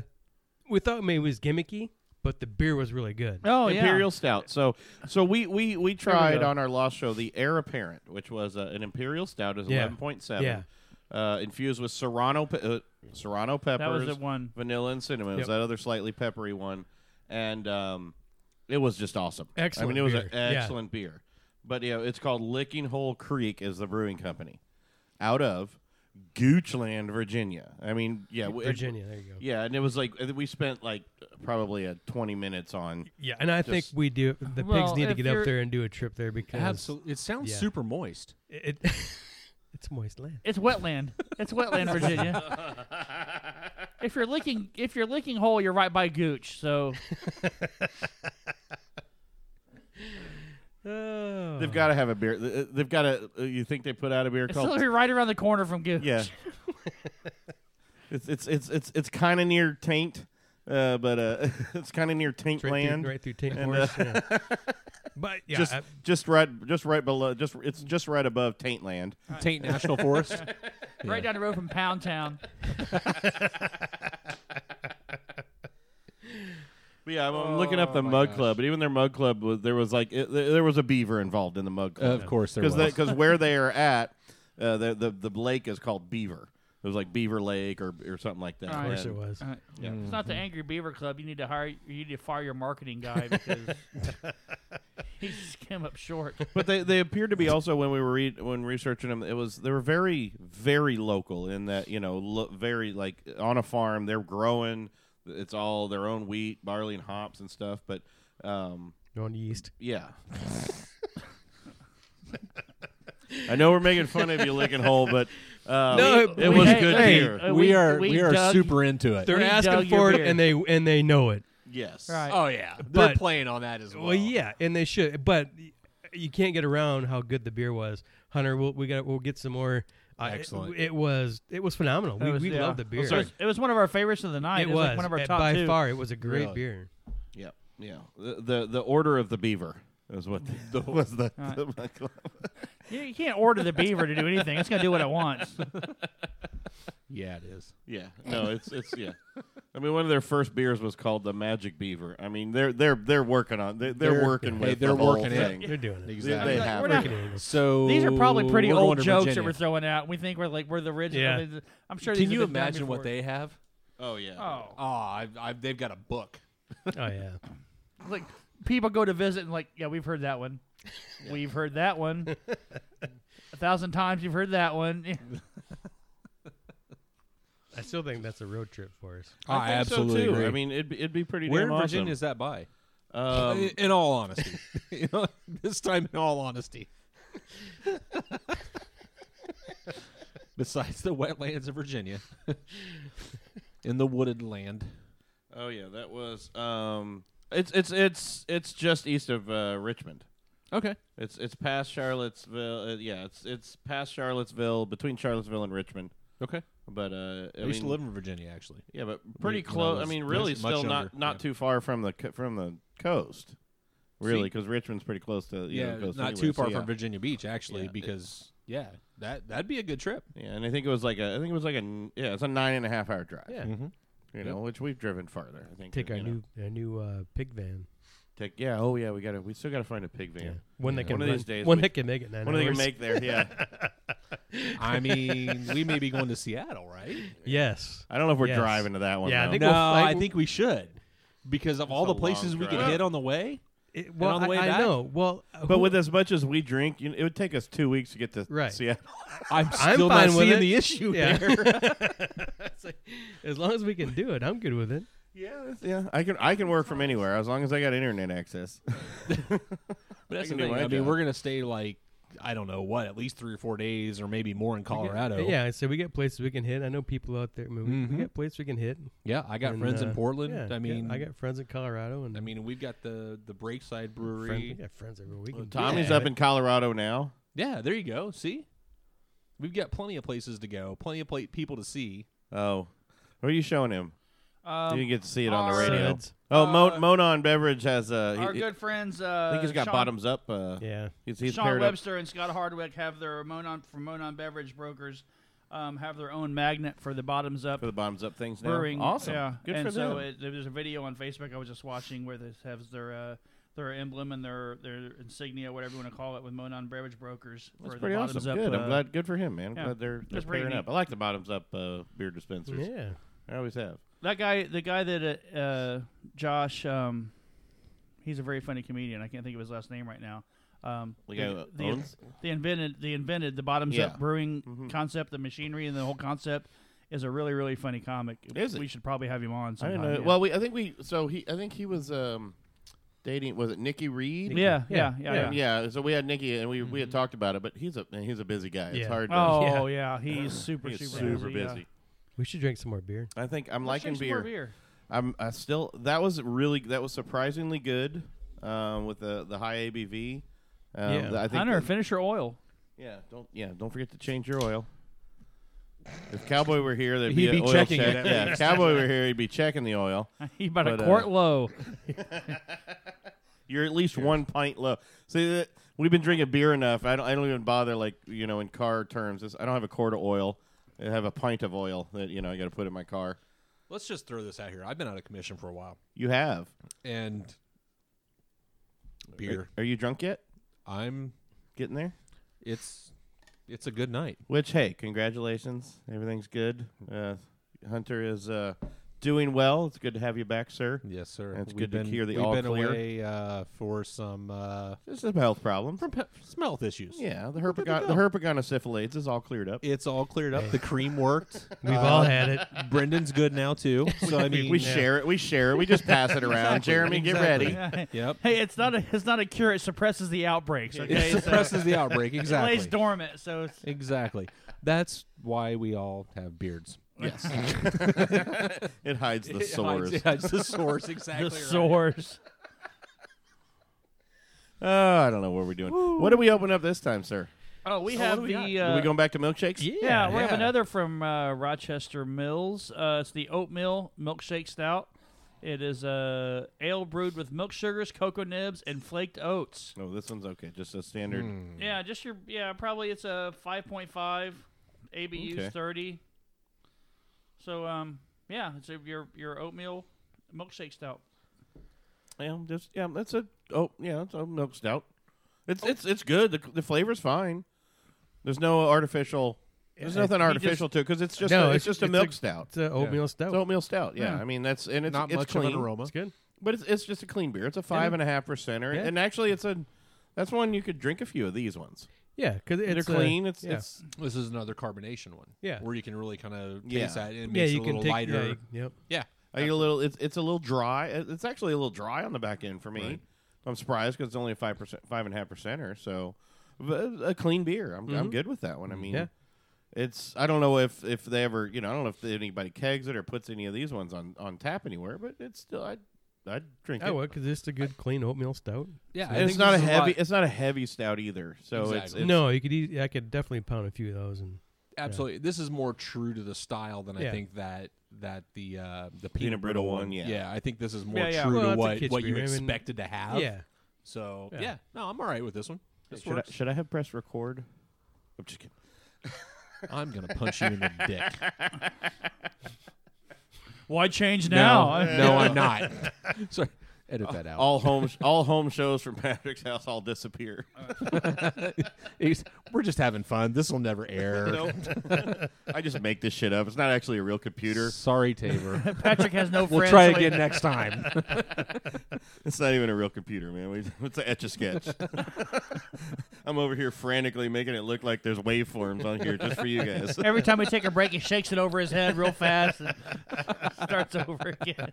G: we thought maybe it was gimmicky, but the beer was really good.
F: Oh
C: now.
F: yeah.
C: Imperial Stout. So, so we we we
G: we
C: tried
G: go.
C: on our lost show the Heir Apparent, which was uh, an Imperial Stout, is
G: Yeah.
C: eleven point seven,
G: Yeah.
C: uh, infused with Serrano pe- uh, Serrano peppers,
F: That was the one.
C: vanilla and cinnamon. It was
G: Yep.
C: that other slightly peppery one, and um, it was just awesome. I mean,
G: Excellent
C: it was
G: beer.
C: an
G: Yeah.
C: excellent beer. But yeah, it's called Licking Hole Creek is the brewing company, out of Goochland, Virginia. I mean, yeah, w- it-
G: Virginia, there you go.
C: yeah, and it was like we spent like probably a twenty minutes on.
G: Yeah, and I think
C: Just-
G: we do. The
F: Well,
G: pigs need to
F: if
G: get up
F: you're-
G: there and do a trip there because
E: Absolutely. It sounds
G: Yeah.
E: super moist.
G: it, [laughs] it's moist land.
F: It's wetland. It's wetland, Virginia.
G: [laughs]
F: if you're licking, if you're licking hole, you're right by Gooch. So
G: Oh.
C: They've got to have a beer. th- They've got to. You think they put out a beer
F: it's
C: called?
F: literally right around the corner from Gooch. [laughs]
C: Yeah. it's it's it's it's it's kind of near Taint, uh, but uh, [laughs] it's kind of near Taint
G: right
C: Land.
G: through, right through Tate
C: And, uh,
G: Forest. yeah. But
C: [laughs]
G: yeah, uh,
C: just
G: I-
C: just right just right below just it's just right above Taintland.
E: Taint National [laughs] Forest.
F: Right
E: Yeah.
F: down the road from Pound
G: [laughs]
F: Town.
C: But yeah, I'm, I'm looking up the Mug Club, but even their Mug Club was there was like it, there was a beaver involved in the Mug Club.
E: Of course there was.
C: because where they are at, uh, the, the the lake is called Beaver. It was like Beaver Lake or or something like that.
F: Of
G: of course
C: And-
G: it was.
F: Uh, It's not
G: Mm-hmm.
F: the Angry Beaver Club. You need to hire. You need to fire your marketing guy because
G: [laughs]
F: he just came up short.
C: but they, they appeared to be also when we were read, when researching them it was they were very very local in that you know lo- very like on a farm they're growing it's all their own wheat barley and hops and stuff but um,
G: On yeast.
C: yeah [laughs] I know we're making fun of you licking hole but um,
G: No,
C: it
F: we-
C: was
F: hey,
C: good
F: hey,
C: beer
F: uh,
E: we
F: we-
E: are
F: we
E: we are
F: dug-
E: super into it.
G: They're
F: We dug
G: asking
F: your
G: for it,
F: beer.
G: and they and they know it.
C: yes
F: Right.
E: Oh yeah, they're
G: But-
E: playing on that as well.
G: Well, yeah, and they should. But y- you can't get around how good the beer was, Hunter. We'll, we got we'll get some more. Uh, it-
E: Excellent.
G: It, was it was phenomenal.
F: It
G: we
F: was- uh,
G: we
F: yeah.
G: loved the beer.
F: It was, it was one of our favorites of the night.
G: It
F: It, was, like one of our
G: uh,
F: top
G: by
F: two.
G: far. It was a great
C: Really.
G: beer.
C: yeah yeah the the, the order of the beaver is
E: [laughs]
C: what the, was the, the Mug Club.
F: You, you can't order the beaver to do anything. It's gonna do what it wants.
E: yeah, it is.
C: Yeah, no, it's it's yeah. I mean, one of their first beers was called the Magic Beaver. I mean, they're they're they're working on they're they're,
E: They're-
C: working
E: hey,
C: with
E: they're
C: the whole
E: working it.
C: thing.
G: They're doing it.
C: They, they
E: Exactly.
C: have
F: we're
C: it.
F: not-
G: Freaking angels.
E: So
F: These are probably pretty
E: we're going
F: old
E: to
F: jokes that
E: Virginia.
F: we're throwing out. We think we're like we're the original.
G: Yeah.
F: I mean, I'm sure. these have
E: Can you
F: been done
E: imagine what
F: before.
E: they have?
C: Oh yeah.
F: Oh,
E: Oh, I, I, they've got a book.
G: [laughs] Oh yeah.
F: like people go to visit and like, yeah, we've heard that
C: [laughs]
F: one. We've heard that one. A thousand times you've heard that one.
G: I still think that's a road trip for us.
C: I think so,
E: absolutely.
C: too. I mean, it'd be, it'd be pretty.
E: where in
C: damn awesome.
E: Virginia is that by?
C: Um,
E: in all [laughs] honesty, You know, this time in all honesty. [laughs] Besides the wetlands of [laughs] Virginia, in the wooded land,
C: oh yeah, that was. Um, it's it's it's it's just east of uh, Richmond.
E: okay,
C: It's it's past Charlottesville. Uh, yeah, it's it's past Charlottesville between Charlottesville and Richmond.
E: okay.
C: But uh, I
E: I, used
C: mean,
E: to live in Virginia, actually.
C: Yeah, but pretty
E: when I
C: close. I
E: was
C: mean, really,
E: much
C: still not
E: younger,
C: not
E: yeah.
C: too far from the co- from the coast, really, because Richmond's pretty close to you know,
E: Yeah,
C: the coast
E: not
C: anyway,
E: too
C: so
E: far
C: yeah.
E: from Virginia Beach, actually,
C: Yeah,
E: because yeah, that that'd be a good trip.
C: Yeah, and I think it was like a I think it was like a n- yeah, it's a nine and a half hour drive.
G: Yeah.
E: Mm-hmm.
C: you know, which we've driven farther. I think
G: Take
C: you
G: our
C: know.
G: new our new uh, pig van.
C: take yeah oh yeah we gotta we still gotta find a pig van.
G: Yeah. One that can
C: One of
G: run-
C: these days
G: One
C: we-
G: that can make it nine
C: What are they gonna
G: hours.
C: make there? Yeah,
F: [laughs]
E: I mean, we may be going to Seattle, right?
G: Yes.
C: I don't know if we're
G: Yes.
C: driving to that one.
G: Yeah, I
C: though.
G: think
E: No,
G: we'll
E: I
G: fight-
E: think we should because of all
C: It's a
E: the places
C: long
E: we could
C: drive.
E: hit on the way.
G: It, well,
E: on the way
G: I,
E: back?
G: I know. Well, uh,
C: but
G: who-
C: with as much as we drink, you know, it would take us two weeks to get to [laughs]
G: Right.
C: Seattle.
E: I'm
G: I'm
E: still
G: fine
E: not
G: with
E: seeing
G: it.
E: the issue
G: Yeah.
E: there.
G: [laughs] It's like, as long as we can do it, I'm good with it.
C: [laughs] Yeah, yeah. I can I can work from anywhere as long as I got internet access.
E: But that's
C: I
E: the
C: can do
E: thing.
C: my
E: I mean,
C: job.
E: we're gonna stay like I don't know what, at least three or four days, or maybe more in Colorado.
G: Yeah, so we got places we can hit. I know people out there. I mean, we-
E: Mhm.
G: We got places we can hit.
E: Yeah, I got
G: And,
E: friends
G: uh,
E: in Portland.
G: yeah,
E: I mean,
G: I got friends in Colorado, and
E: I mean, we've got the the Breakside Brewery.
G: friends, we got friends everywhere. We can do
C: Tommy's
G: that.
C: up in Colorado now.
E: Yeah, there you go. See, we've got plenty of places to go, plenty of pla- people to see.
C: Oh, what are you showing him?
F: Um,
C: you get to see it on the
F: our-
C: radio.
G: Suds.
C: Oh,
F: Uh,
C: Mon- Monon Beverage has uh, he-
F: [laughs] our
C: he-
F: good friends.
C: I
F: Uh,
C: think he's got
F: Sean,
C: bottoms up. Uh,
G: Yeah,
C: he's, he's
F: Sean
C: paired up.
F: Webster and Scott Hardwick have their Monon from Monon Beverage Brokers um, have their own magnet for the bottoms up
C: for the bottoms up things now.
F: brewing.
C: Awesome.
F: Yeah.
C: Good
F: and
C: for
F: so
C: them.
F: It, there's a video on Facebook I was just watching where this has their uh, their emblem and their their insignia, whatever you want to call it, with Monon Beverage Brokers
C: That's
F: for
C: pretty
F: the bottoms
C: awesome.
F: up.
C: good.
F: uh,
C: I'm glad. Good for him, man. I'm
F: yeah.
C: glad they're, they're
F: That's pretty
C: pairing
F: neat.
C: up. I like the bottoms up uh, beer dispensers.
G: yeah.
C: I always have.
F: That guy, the guy that uh, uh, Josh, um, he's a very funny comedian. I can't think of his last name right now. Um,
C: The guy who owns-
F: they invented they invented the bottoms
C: Yeah.
F: up brewing concept, the machinery, and the whole concept is a really really funny comic.
C: Is it?
F: We should probably have him on.
C: I
F: Sometime,
C: don't know.
F: Yeah.
C: Well, we I think we so he I think he was um dating was it Nikki Reed?
F: yeah, yeah, yeah,
G: Yeah.
F: yeah.
C: Yeah, Mm-hmm. so we had Nikki and we we had talked about it, but he's a man, he's a busy guy.
G: Yeah.
C: It's hard to
F: Oh yeah, he's super
C: he's
F: super,
C: super busy.
F: yeah.
G: We should drink some more beer.
C: I think I'm
F: Let's
C: liking
F: drink some more
C: beer. I'm I still that was really that was surprisingly good um with the the high ABV. Um,
G: Yeah.
C: th- I think
F: Hunter,
C: that-
F: finish your oil. [laughs]
C: yeah, don't yeah, don't forget to change your oil. If Cowboy were here, they'd
E: He'd
C: be,
E: be
C: an oil
E: checking
C: check.
E: it at
C: Yeah, if Cowboy were here, he'd be checking the
E: [laughs]
C: oil.
F: he about
C: But,
F: a
C: uh,
F: quart low.
C: You're at least one pint low. See, that we've been drinking beer enough. I don't. I don't even bother like you know in car terms. It's, I don't have a quart of oil. I have a pint of oil that you know I got to put in my car.
E: Let's just throw this out here. I've been out of commission for a while,
C: You have
E: and beer.
C: Are, are you drunk yet?
E: I'm.
C: Getting there.
E: It's it's a good night.
C: Which hey, congratulations. Everything's good. Uh, Hunter is uh, doing well. It's good to have you back, sir.
E: Yes, sir.
C: That's
E: We've
C: good to
E: been-
C: hear the
E: we've
C: all
E: been
C: clear.
E: away uh, for some uh,
C: Just some health problems.
E: from pe- some health issues.
C: yeah, the
E: We're good to
C: herpagon- the
E: go.
C: herpagonosyphilides is all cleared [laughs] up.
E: It's all cleared up. The cream worked.
G: We've all had it.
E: [laughs] Brendan's good now [laughs] too. So I mean,
C: we share it. We share it. We just pass [laughs] it around. Jeremy, get
E: Exactly.
C: ready.
E: Yep.
F: Hey, it's not a it's not a cure. It suppresses the outbreaks.
E: [laughs]
F: Okay,
E: It suppresses the outbreak. Exactly.
F: it lays dormant. So it's,
E: Exactly. That's why we all have beards. Yes.
C: [laughs] [laughs] It hides
E: [laughs]
C: the sores.
E: Yeah, it's [laughs] the sores. Exactly.
F: the
E: right.
F: source.
C: Oh, I don't know what we're doing. What do we open up this time, sir?
F: Oh, we have the.
C: Are
F: uh,
C: we going back to milkshakes? Yeah.
F: yeah, we have
E: yeah.
F: another from uh, Rochester Mills. Uh, it's the oatmeal milkshake stout. It is uh, ale brewed with milk sugars, cocoa nibs, and flaked oats.
C: Oh, this one's okay. Just a standard.
F: Yeah, just your yeah. Probably it's a five point five, ABU's
C: Okay.
F: thirty. So um yeah, it's a, your your oatmeal milkshake stout.
C: Yeah, just yeah. That's a oh yeah. It's a milk stout. It's it's it's good. The, the flavor's fine. There's no artificial. There's nothing artificial to it because it's just a, it's, just a milk stout.
G: It's an oatmeal stout.
C: It's oatmeal stout. Yeah, I mean that's and it's
E: Not
C: it's
E: much
C: clean,
E: of an aroma.
G: It's good.
C: but it's it's just a clean beer. It's a five and a half percenter,
G: Yeah.
C: and actually it's a that's one you could drink a few of these ones.
G: Yeah, because it's
C: They're
G: uh,
C: clean. it's
G: yeah.
C: it's
E: This is another carbonation one.
G: Yeah.
E: Where you can really kind of
C: Yeah.
E: taste that. and It
G: yeah,
E: makes
G: you
E: it a
G: can
E: little
G: take.
E: lighter.
G: Yeah, you- yep.
E: yeah.
C: I get a little. It's it's a little dry. It- It's actually a little dry on the back end for me. I'm surprised because it's only a five percent, five and a half percenter. So, but a clean beer. I'm I'm good with that one. I mean,
G: Yeah.
C: it's I don't know if if they ever you know I don't know if anybody kegs it or puts any of these ones on on tap anywhere, but it's still I I drink
G: I
C: it.
G: would because Oh, it's a good clean oatmeal stout.
E: Yeah. I
C: And it's
E: think
C: not a
E: this is lot-
C: heavy. it's not a heavy stout either. So it's,
E: Exactly.
C: it's
G: no, you could. Eat, I could definitely pound a few of those and
E: absolutely. This is more true to the style than I
G: Yeah.
E: think that that the uh, the peanut,
C: peanut brittle one. Yeah.
E: Yeah. I think this is more
F: Yeah, yeah.
E: true
G: Well,
E: to
G: that's a
E: what
G: kid's
E: what you
G: beer. I mean,
E: expected to have.
G: yeah.
E: So yeah.
G: Yeah.
E: No, I'm all right with this one. This
C: Should I,
E: works.
C: should I have pressed record? I'm just kidding.
E: [laughs] I'm gonna punch you in the dick.
F: Why change
E: No, [laughs] no, I'm not. [laughs] Sorry. Edit that out.
C: All home all home shows from [laughs] Patrick's house all disappear.
E: It's- We're just having fun. This will never air.
C: Nope. [laughs] I just make this shit up. It's not actually a real computer.
E: [laughs] Sorry, [laughs] Tabor.
F: [laughs] Patrick has no friends.
E: we'll try
F: so
E: again next time. [laughs]
C: It's not even a real computer, man. We, [laughs] it's an etch a sketch. [laughs] I'm over here frantically making it look like there's waveforms on here just for you
E: [laughs]
C: guys. [laughs]
F: Every [laughs] time we take a break, he shakes it over his head real fast and starts over again.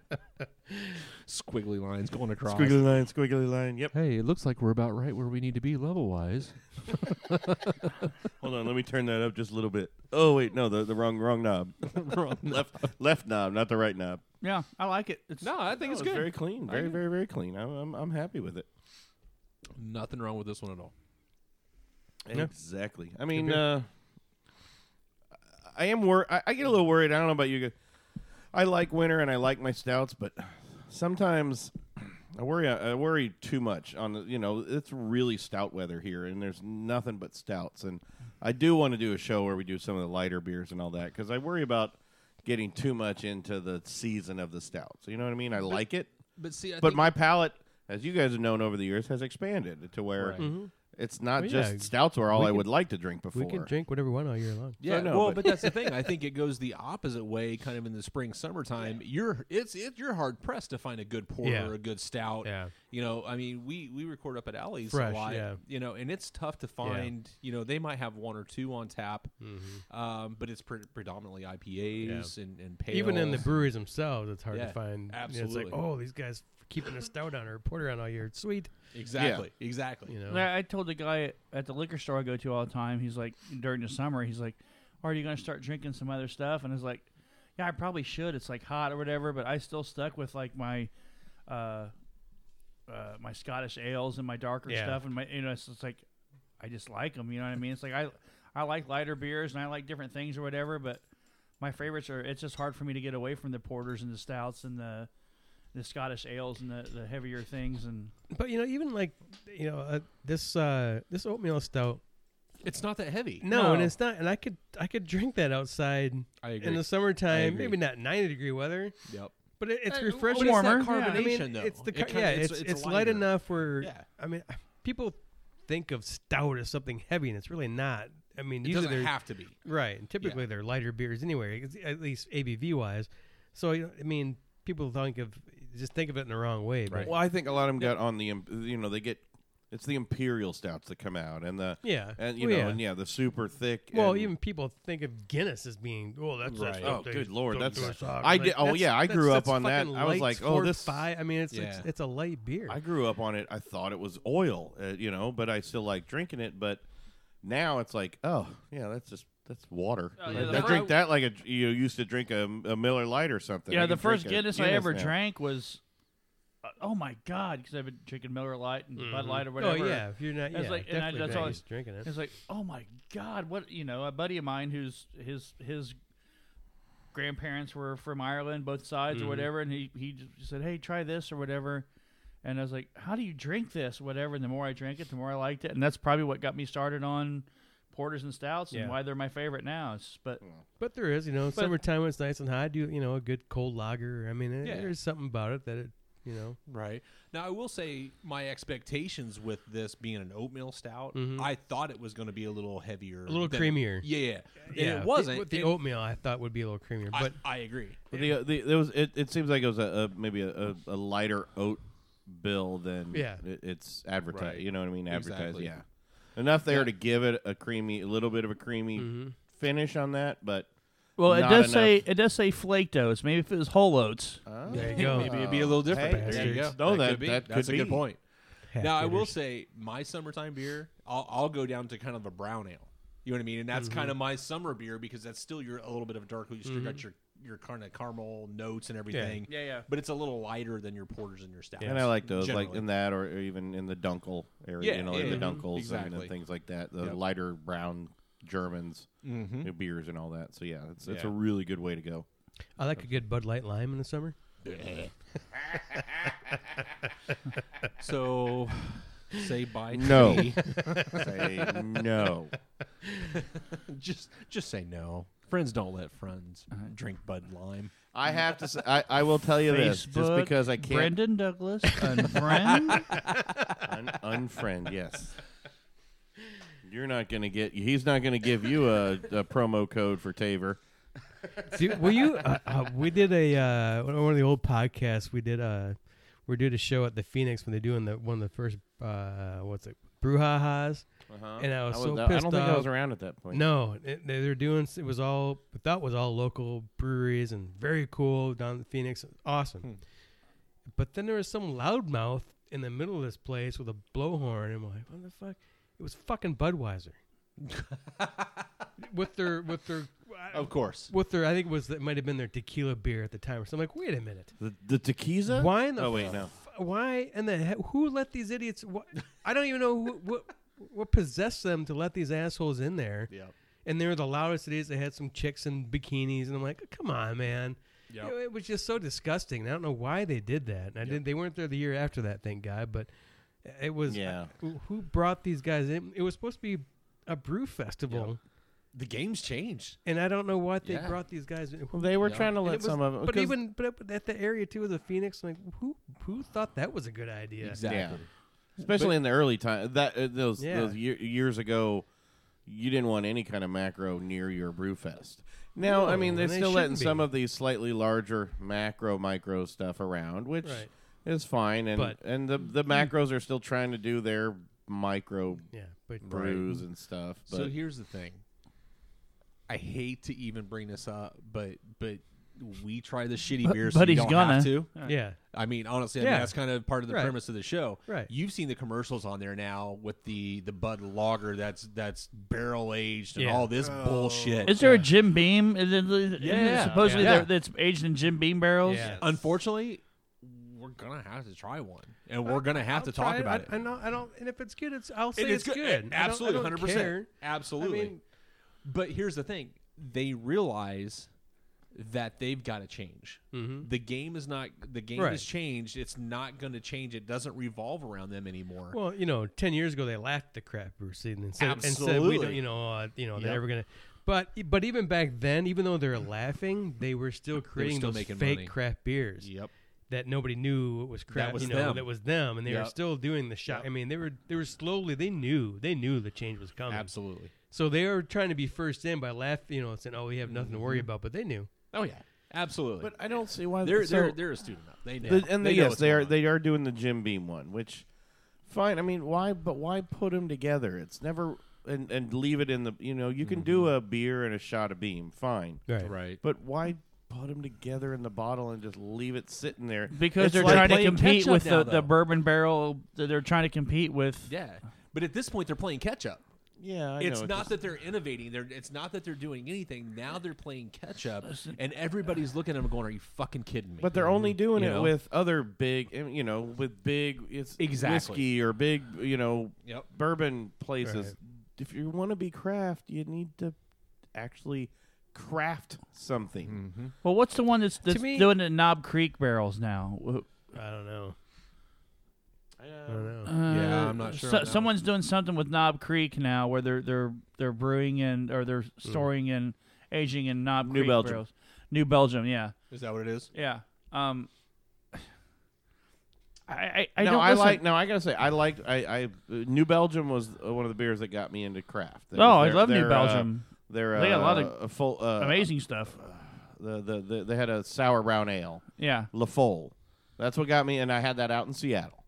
E: squiggly lines going across.
C: Squiggly line, squiggly line. Yep.
E: Hey, it looks like we're about right where we need to be level wise.
C: [laughs] Hold on, let me turn that up just a little bit. Oh wait, no, the, the wrong wrong knob. [laughs]
E: [laughs]
C: left left knob, not the right knob.
F: Yeah, I like it. It's,
E: No, I think it's
C: That was
E: good.
C: Very clean, very very very clean. I'm I'm, I'm happy with it.
E: Nothing wrong with this one at all.
C: Exactly. I mean, uh, I am worried. I, I get a little worried. I don't know about you guys. I like winter and I like my stouts, but sometimes I worry. I worry too much on the- you know it's really stout weather here, and there's nothing but stouts. And I do want to do a show where we do some of the lighter beers and all that because I worry about getting too much into the season of the stouts. You know what I mean? I like it,
E: But see, I
C: but my palate, as you guys have known over the years, has expanded to where.
E: Right. Mm-hmm.
C: It's not
G: Well,
C: just
G: yeah,
C: stouts were all
G: we
C: I
G: can-
C: would like to drink before.
G: We can drink whatever we want all year long.
C: Yeah, no,
E: well,
C: but-
E: but, that's the thing. I think it goes the opposite way, kind of in the spring, summertime. You're it's it, you're hard pressed to find a good porter
G: Yeah.
E: or a good stout.
G: Yeah.
E: You know, I mean, we we record up at Alley's
G: Fresh,
E: a lot.
G: yeah.
E: You know, and it's tough to find. You know, they might have one or two on tap,
G: Mm-hmm.
E: um, but it's pre- predominantly IPAs and and pales.
G: Even in the breweries themselves, it's hard
E: Yeah,
G: to find. you know,
E: absolutely.
G: It's like, oh, these guys f- keeping a stout on or a porter on all year. Sweet.
E: [laughs] exactly exactly.
G: You know.
F: Yeah, I told the guy at the liquor store I go to all the time. He's like, during the summer, he's like, "Are you gonna start drinking some other stuff?" And I was like, "Yeah, I probably should. It's like hot or whatever." But I still stuck with like my, uh, uh, my Scottish ales and my darker
G: Yeah.
F: stuff, and my you know, it's just like I just like them. You know what I mean? It's like I I like lighter beers and I like different things or whatever, but. My favorites are. It's just hard for me to get away from the porters and the stouts and the, the Scottish ales and the, the heavier things and
G: But you know, even like you know, uh, this uh, this oatmeal stout.
E: It's not that heavy.
G: No, and
F: No.
G: it's not. And I could I could drink that outside
E: I
G: in
E: agree.
G: the
E: I
G: summertime.
E: agree.
G: Maybe not ninety degree weather,
E: yep.
G: but it, it's
E: Uh,
G: refreshing.
E: but
F: Warmer,
E: It's that
F: yeah.
E: carbonation
G: I mean,
E: though.
G: it's the
E: It
G: car-
E: kinda-
G: yeah, it's, it's, light
E: lighter.
G: enough where
E: Yeah.
G: I mean, people think of stout as something heavy, and it's really not. I mean,
E: It
G: usually
E: doesn't
G: they're-
E: have to be.
G: Right, and typically they're lighter beers anyway, ex- at least ABV wise. So you know, I mean, people think of just think of it in the wrong way. But
C: Well, I think a lot of them got on the, im- you know, they get, it's the imperial stouts that come out and the,
G: Yeah.
C: and you
G: Well,
C: know,
G: yeah.
C: and yeah, the super thick.
G: Well,
C: and-
G: even people think of Guinness as being oh, that's that's
E: Right.
C: oh,
G: something-
C: good lord, that's
G: something
C: I
G: soft." Like,
C: did. Oh
G: that's-
C: yeah, I
G: that's-
C: grew up
G: that's
C: on that.
G: fucking
C: I was
G: light,
C: like, oh
G: four,
C: this.
G: five. I mean, it's it's,
E: Yeah.
G: it's a light beer.
C: I grew up on it. I thought it was oil, uh, you know, but I still like drinking it. But now it's like, oh yeah, that's just that's water.
F: Oh, yeah,
C: I,
F: the
C: I
F: fir-
C: drink that like a you used to drink a, a Miller Light or something.
F: Yeah,
C: I
F: the
C: can drink
F: first
C: a
F: Guinness, I ever
C: now.
F: drank was, uh, oh my god, because I've been drinking Miller Lite and Bud Light or
G: oh
F: whatever.
G: yeah, if you're not,
F: It's
G: yeah,
F: like- and I-
G: definitely
F: that's
G: not
F: all-
G: just drinking it.
F: it's like oh my god, what you know? A buddy of mine who's his his grandparents were from Ireland, both sides or whatever, and he he just said, hey, try this or whatever. And I was like, "How do you drink this?" Whatever. And the more I drank it, the more I liked it, and that's probably what got me started on porters and stouts
G: Yeah.
F: and why they're my favorite now. It's, but
G: But there is, you know,
F: But-
G: summertime when it's nice and hot. Do you know a good cold lager? I mean, it,
E: Yeah.
G: there's something about it that it, you know,
E: Right. Now, I will say my expectations with this being an oatmeal stout, I thought it was going to be a little heavier.
G: Mm-hmm. A little
E: than-
G: creamier.
E: Yeah, yeah. And
G: yeah.
E: it wasn't.
G: The, the
E: and
G: oatmeal I thought would be a little creamier,
E: I-
G: but
E: I, agree.
C: The, the, there was it, it seems like it was a, a maybe a, a, a lighter oat bill than
G: Yeah.
C: it, it's advertised.
E: Right.
C: You know what I mean? Advertised,
E: Exactly.
C: yeah. Enough there to give it a creamy, a little bit of a creamy finish on that, but
F: well, it
C: not
F: does
C: enough.
F: say it does say flaked oats. Maybe if it was whole oats,
G: [laughs] there you go. Uh,
E: Maybe it'd be a little different.
C: Hey,
E: there you go.
G: bastards.
C: No, that-
E: could be.
C: that could
E: That's a good
C: be.
E: point.
G: Half
E: now, I will
G: liters.
E: say my summertime beer, I'll, I'll go down to kind of a brown ale. You know what I mean? And
C: Mm-hmm.
E: that's kind of my summer beer because that's still your a little bit of dark. You still
C: Mm-hmm.
E: got your your kind of caramel notes and everything.
F: Yeah, yeah.
E: But it's a little lighter than your porters and your stouts.
C: and I like those, like
E: Generally.
C: in that or, or even in the Dunkel area,
E: Yeah,
C: you know,
E: yeah,
C: like
E: yeah.
C: the Dunkels and,
E: Exactly.
C: and things like that, the
E: Yep. Mm-hmm.
C: lighter brown Germans, [laughs] you know, beers and all that. So yeah, it's it's a really good way to go.
G: I like a good Bud Light lime in the summer.
E: So, say bye. to
C: No. [laughs]
E: me. [laughs]
C: Say no.
E: just just say no. Friends don't let friends drink Bud Lime.
C: I have to say, I, I will tell you this, just
F: Facebook,
C: because I can't
F: Brendan
C: [laughs]
F: Douglas, unfriend.
C: Un- unfriend, yes. You're not gonna get. He's not gonna give you a, a promo code for Taver.
G: Dude, will you? Uh, uh, we did a uh, one one of the old podcasts. We did a we did a show at the Phoenix when they doing the one of the first uh, what's it brouhahas, and I was, so
C: Uh-huh. I
G: pissed
C: don't think
G: off.
C: I was around at that point.
G: No, it- they were doing. It was
C: Hmm.
G: all I thought was all local breweries and very cool down in Phoenix. Awesome. But then there was some loudmouth in the middle of this place with a blowhorn, and we're like, what the fuck? It was fucking Budweiser. with their with their
E: Of course.
G: with their I think it was it might have been their tequila beer at the time. So I'm like, wait a minute,
C: The, the tequila?
G: why in the
C: Oh, wait,
G: fu-
C: no.
G: why in the he- who let these idiots? Wh- I don't even know who, what what possessed them to let these assholes in there.
E: Yeah.
G: And they were the loudest it is. They had some chicks in bikinis, and I'm like, come on, man.
E: Yep.
G: You know, it was just so disgusting. I don't know why they did that. And I did. They weren't there the year after that, thank God. But it was uh,
C: Yeah.
G: who- who brought these guys in? It was supposed to be a brew festival,
E: The game's changed.
G: and I don't know what they
E: Yeah.
G: brought these guys. in.
C: They were
E: Yeah.
C: trying to
G: And
C: let
G: it was-
C: some of them.
G: But even but up at the area too of the Phoenix, like who who thought that was a good idea?
E: Exactly.
C: especially in the early time that uh, those
G: Yeah.
C: those year, years ago you didn't want any kind of macro near your brew fest now i
G: No,
C: mean they're
G: and they
C: still letting
G: shouldn't
C: some
G: be.
C: of these slightly larger macro micro stuff around which
G: Right.
C: is fine and
G: But-
C: and the the macros are still trying to do their micro
G: Yeah, but
C: brews and stuff but
E: so here's the thing. I hate to even bring this up, but but we try the shitty
F: But-
E: beer, so
F: but
E: you
F: he's
E: don't
F: gonna.
E: have to.
G: Yeah,
E: I mean, honestly, I
G: Yeah.
E: mean, that's kind of part of the
G: Right.
E: premise of the show.
G: Right.
E: You've seen the commercials on there now with the the Bud Lager that's that's barrel aged and
G: Yeah.
E: all this bullshit.
F: Is there a Jim Beam? Is it, is it
E: Yeah.
F: supposedly
E: Yeah.
F: they're- that's aged in Jim Beam barrels.
G: Yeah.
E: Unfortunately, we're gonna have to try one, and we're gonna have to talk about it.
G: I, I know. I don't. And if it's good, it's I'll say
E: It is
G: it's good. I don't- I
E: Absolutely,
G: don't
E: hundred percent.
G: care.
E: Absolutely.
G: I mean-
E: but here's the thing: they realize that they've got to change. The game is not the game
G: Right.
E: has changed. It's not going to change. It doesn't revolve around them anymore.
G: Well, you know, ten years ago they laughed at the crap brew scene and said, and said we don't,
E: Absolutely.
G: you know, uh, you know,
E: Yep.
G: they're never gonna. But but even back then, even though they were laughing, they were still creating
E: still
G: those
E: making
G: fake
E: money.
G: craft beers
E: yep.
G: that nobody knew it was crap.
E: was
G: you know,
E: them.
G: that was them, and they
E: Yep.
G: were still doing the shot.
E: Yep.
G: I mean, they were they were slowly. They knew they knew the change was coming.
E: Absolutely.
G: So they were trying to be first in by laughing, you know, saying, "Oh, we have nothing to
E: Mm-hmm.
G: worry about," but they knew.
E: Oh yeah. Absolutely.
C: but i don't see why
E: they're
C: so-
E: they're they're a student up. They know.
C: The, and
E: they
C: they,
E: know
C: yes,
E: what's
C: they
E: going
C: are
E: on.
C: they are doing the Jim Beam one, which fine. I mean, why? But why put them together? It's never and and leave it in the you know you can do
E: Mm-hmm.
C: a beer and a shot of Beam, fine.
G: [laughs]
E: right.
C: But why put them together in the bottle and just leave it sitting there?
F: Because
C: It's
F: they're
C: like
F: trying to
C: playing
F: compete
E: catch-up
F: with
E: now,
F: the, the
E: though.
F: bourbon barrel. that They're trying to compete with.
E: Yeah. But at this point, they're playing catch up.
C: Yeah, I
E: it's
C: know,
E: not
C: just-
E: that they're innovating. They're it's not that they're doing anything. Now they're playing catch up, and everybody's looking at them going, "Are you fucking kidding me?"
C: But they're only doing
E: Mm-hmm. You
C: it
E: know?
C: with other big, eh, you know, with big it's
E: Exactly.
C: whiskey or big, you know,
E: Yep.
C: bourbon places.
G: Right.
C: If you want to be craft, you need to actually craft something.
E: Mm-hmm.
F: Well, what's the one that's, that's
G: me-
F: doing the Knob Creek barrels now? Wh-
G: I don't know. I don't know.
E: Yeah,
F: Uh,
E: I'm not sure
F: so-
E: on that one.
F: someone's doing something with Knob Creek now, where they're they're they're brewing and or
E: Hmm.
F: they're storing and aging in Knob
C: New
F: Creek
C: Belgium.
F: barrels. New Belgium, yeah,
E: Is that what it is?
F: yeah. Um, [sighs] I I, I
C: no,
F: don't
C: I
F: listen-
C: like. No, I gotta say, I liked. I, I uh, New Belgium was uh, one of the beers that got me into craft. That
F: Oh, I
C: was their-
F: love New
C: their, uh,
F: Belgium.
C: their,
F: They got a lot
C: uh,
F: of
C: a full, uh,
F: amazing stuff.
C: The, the, the, they had a sour brown ale,
F: Yeah,
C: La Folle. That's what got me, and I had that out in Seattle,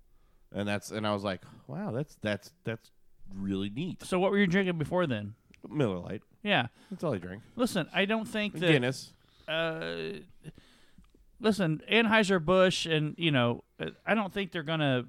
C: and that's and I was like, wow, that's that's that's really neat.
F: So what were you drinking before then?
C: Miller Lite.
F: Yeah.
C: That's all I drink.
F: Listen, I don't think that.
C: Guinness.
F: Uh, listen, Anheuser Busch, and you know, uh, I don't think they're gonna.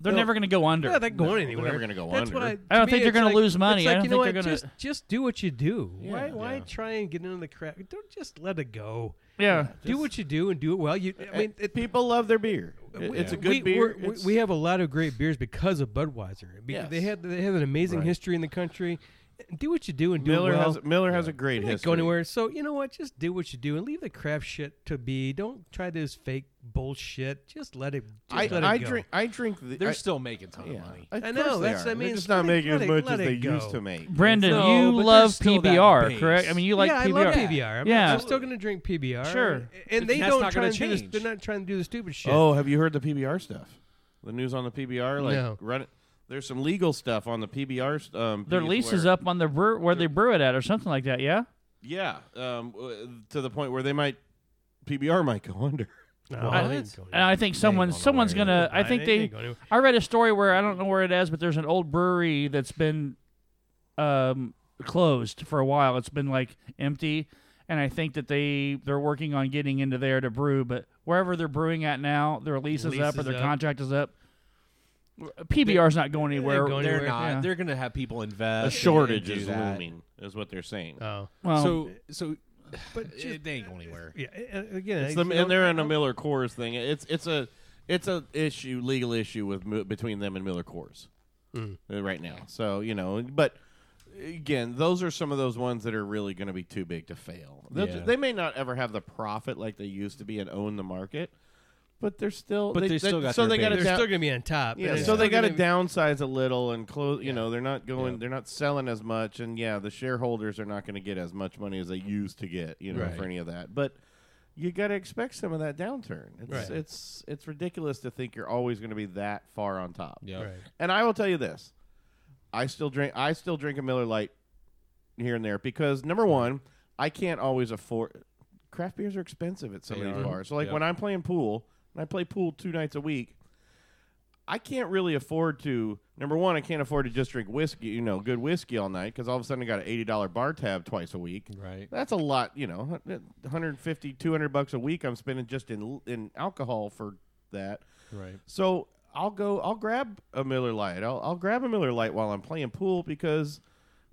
F: They're
C: They'll-
F: never gonna go under.
G: Yeah, they're going anywhere.
C: never gonna go
G: That's
C: under.
G: Why,
F: I don't
G: to
F: think
G: me,
F: they're
G: it's
F: gonna
G: like-
F: lose money.
G: it's
F: I
G: Like,
F: don't
G: you
F: think they're
G: know what?
F: gonna-
G: Just, just do what you do. why?
C: Yeah.
G: Why
C: Yeah.
G: try and get into the crap? Don't just let it go.
F: yeah.
G: do what you do and do it well. You. I mean, it,
C: People love their beer. Eh, It-
G: we-
C: it's a
G: we,
C: good
G: we're-
C: beer.
G: We,
C: It's-
G: we have a lot of great beers because of Budweiser. Be-
C: Yes.
G: They had they have an amazing history in the country. Do what you do and do
C: Miller
G: it well.
C: has Miller has a great
G: It didn't
C: history.
G: go anywhere. So you know what? Just do what you do and leave the crap shit to be. Don't try this fake bullshit. Just let it. Just
C: I,
G: let it
C: I
G: go.
C: drink. I drink. The,
E: They're
C: I,
E: still making ton of money.
C: Of
G: I
C: course
G: know,
C: they
G: that's-
C: are.
G: I mean,
C: They're
G: it's
C: just not
G: like,
C: making as
G: let it-
C: much
G: let
C: as
G: it
C: they
G: go.
C: used to make.
F: Brendan,
E: No, but
F: you
E: there's
F: love
E: still that
F: PBR,
E: base.
F: correct? I mean, you like
G: yeah,
F: PBR.
G: I love PBR. I'm,
F: yeah.
G: I'm still gonna drink PBR.
F: Sure.
G: and they
E: That's
G: don't
E: not
G: try
E: gonna
G: and do this.
E: change.
G: They're not trying to do the stupid shit.
C: Oh, have you heard the PBR stuff? The news on the PBR, like
G: No.
C: run it. There's some legal stuff on the PBR. 's, Um,
F: Their
C: piece
F: lease is
C: where-
F: up on the brew where they brew it at, or something like that. Yeah.
C: Yeah, um, w- to the point where they might PBR might go [laughs] under.
G: No,
F: I-
G: they ain't going
F: And I think someone someone's gonna. I
G: They
F: think
G: ain't
F: they.
G: going anywhere.
F: I read a story where I don't know where it is, but there's an old brewery that's been um, closed for a while. It's been like empty, and I think that they they're working on getting into there to brew. But wherever they're brewing at now, their lease is
G: Lease
F: up or
G: is
F: their
G: up.
F: contract is up. PBR's not going anywhere.
G: going
E: They're
G: anywhere.
E: not.
F: Yeah.
E: They're going to have people invest.
C: A
E: and-
C: shortage
E: and do
C: is
E: that.
C: looming, is what they're saying.
G: Oh,
F: Well,
E: so so,
G: but
E: it, they ain't going anywhere.
G: yeah, a- a- again,
C: It's
G: I-
C: the,
G: you know,
C: and they're in a Miller Coors thing. It's it's a it's a issue, legal issue with mo- between them and Miller Coors
E: Hmm.
C: uh, right now. So you know, but again, those are some of those ones that are really going to be too big to fail. They'll ju-
E: Yeah.
C: They may not ever have the profit like they used to be and own the market, but they're still.
E: But
C: they,
E: they still got
C: so
E: their
C: they got
G: they're
E: base.
C: down,
G: still gonna be on top.
C: yeah,
G: and
C: so
G: it's
C: they
G: still
C: got to
G: gonna be-
C: downsize a little and close. You know, they're not going. They're not selling as much, and yeah, the shareholders are not going to get as much money as they used to get. You know,
E: Right.
C: for any of that. But you got to expect some of that downturn. It's
G: Right.
C: it's it's ridiculous to think you're always going to be that far on top.
E: Yeah.
G: Right.
C: And I will tell you this: I still drink. I still drink a Miller Lite here and there because number one, I can't always afford. Craft beers are expensive at some
E: They
C: of these
E: are.
C: bars. So like
E: Yeah.
C: when I'm playing pool, and I play pool two nights a week, I can't really afford to. Number one, I can't afford to just drink whiskey. You know, good whiskey all night because all of a sudden I got an eighty dollar bar tab twice a week.
E: Right.
C: That's a lot, you know, 150, 200 bucks a week I'm spending just in in alcohol for that.
E: Right.
C: So I'll go. I'll grab a Miller Lite. I'll, I'll grab a Miller Lite while I'm playing pool because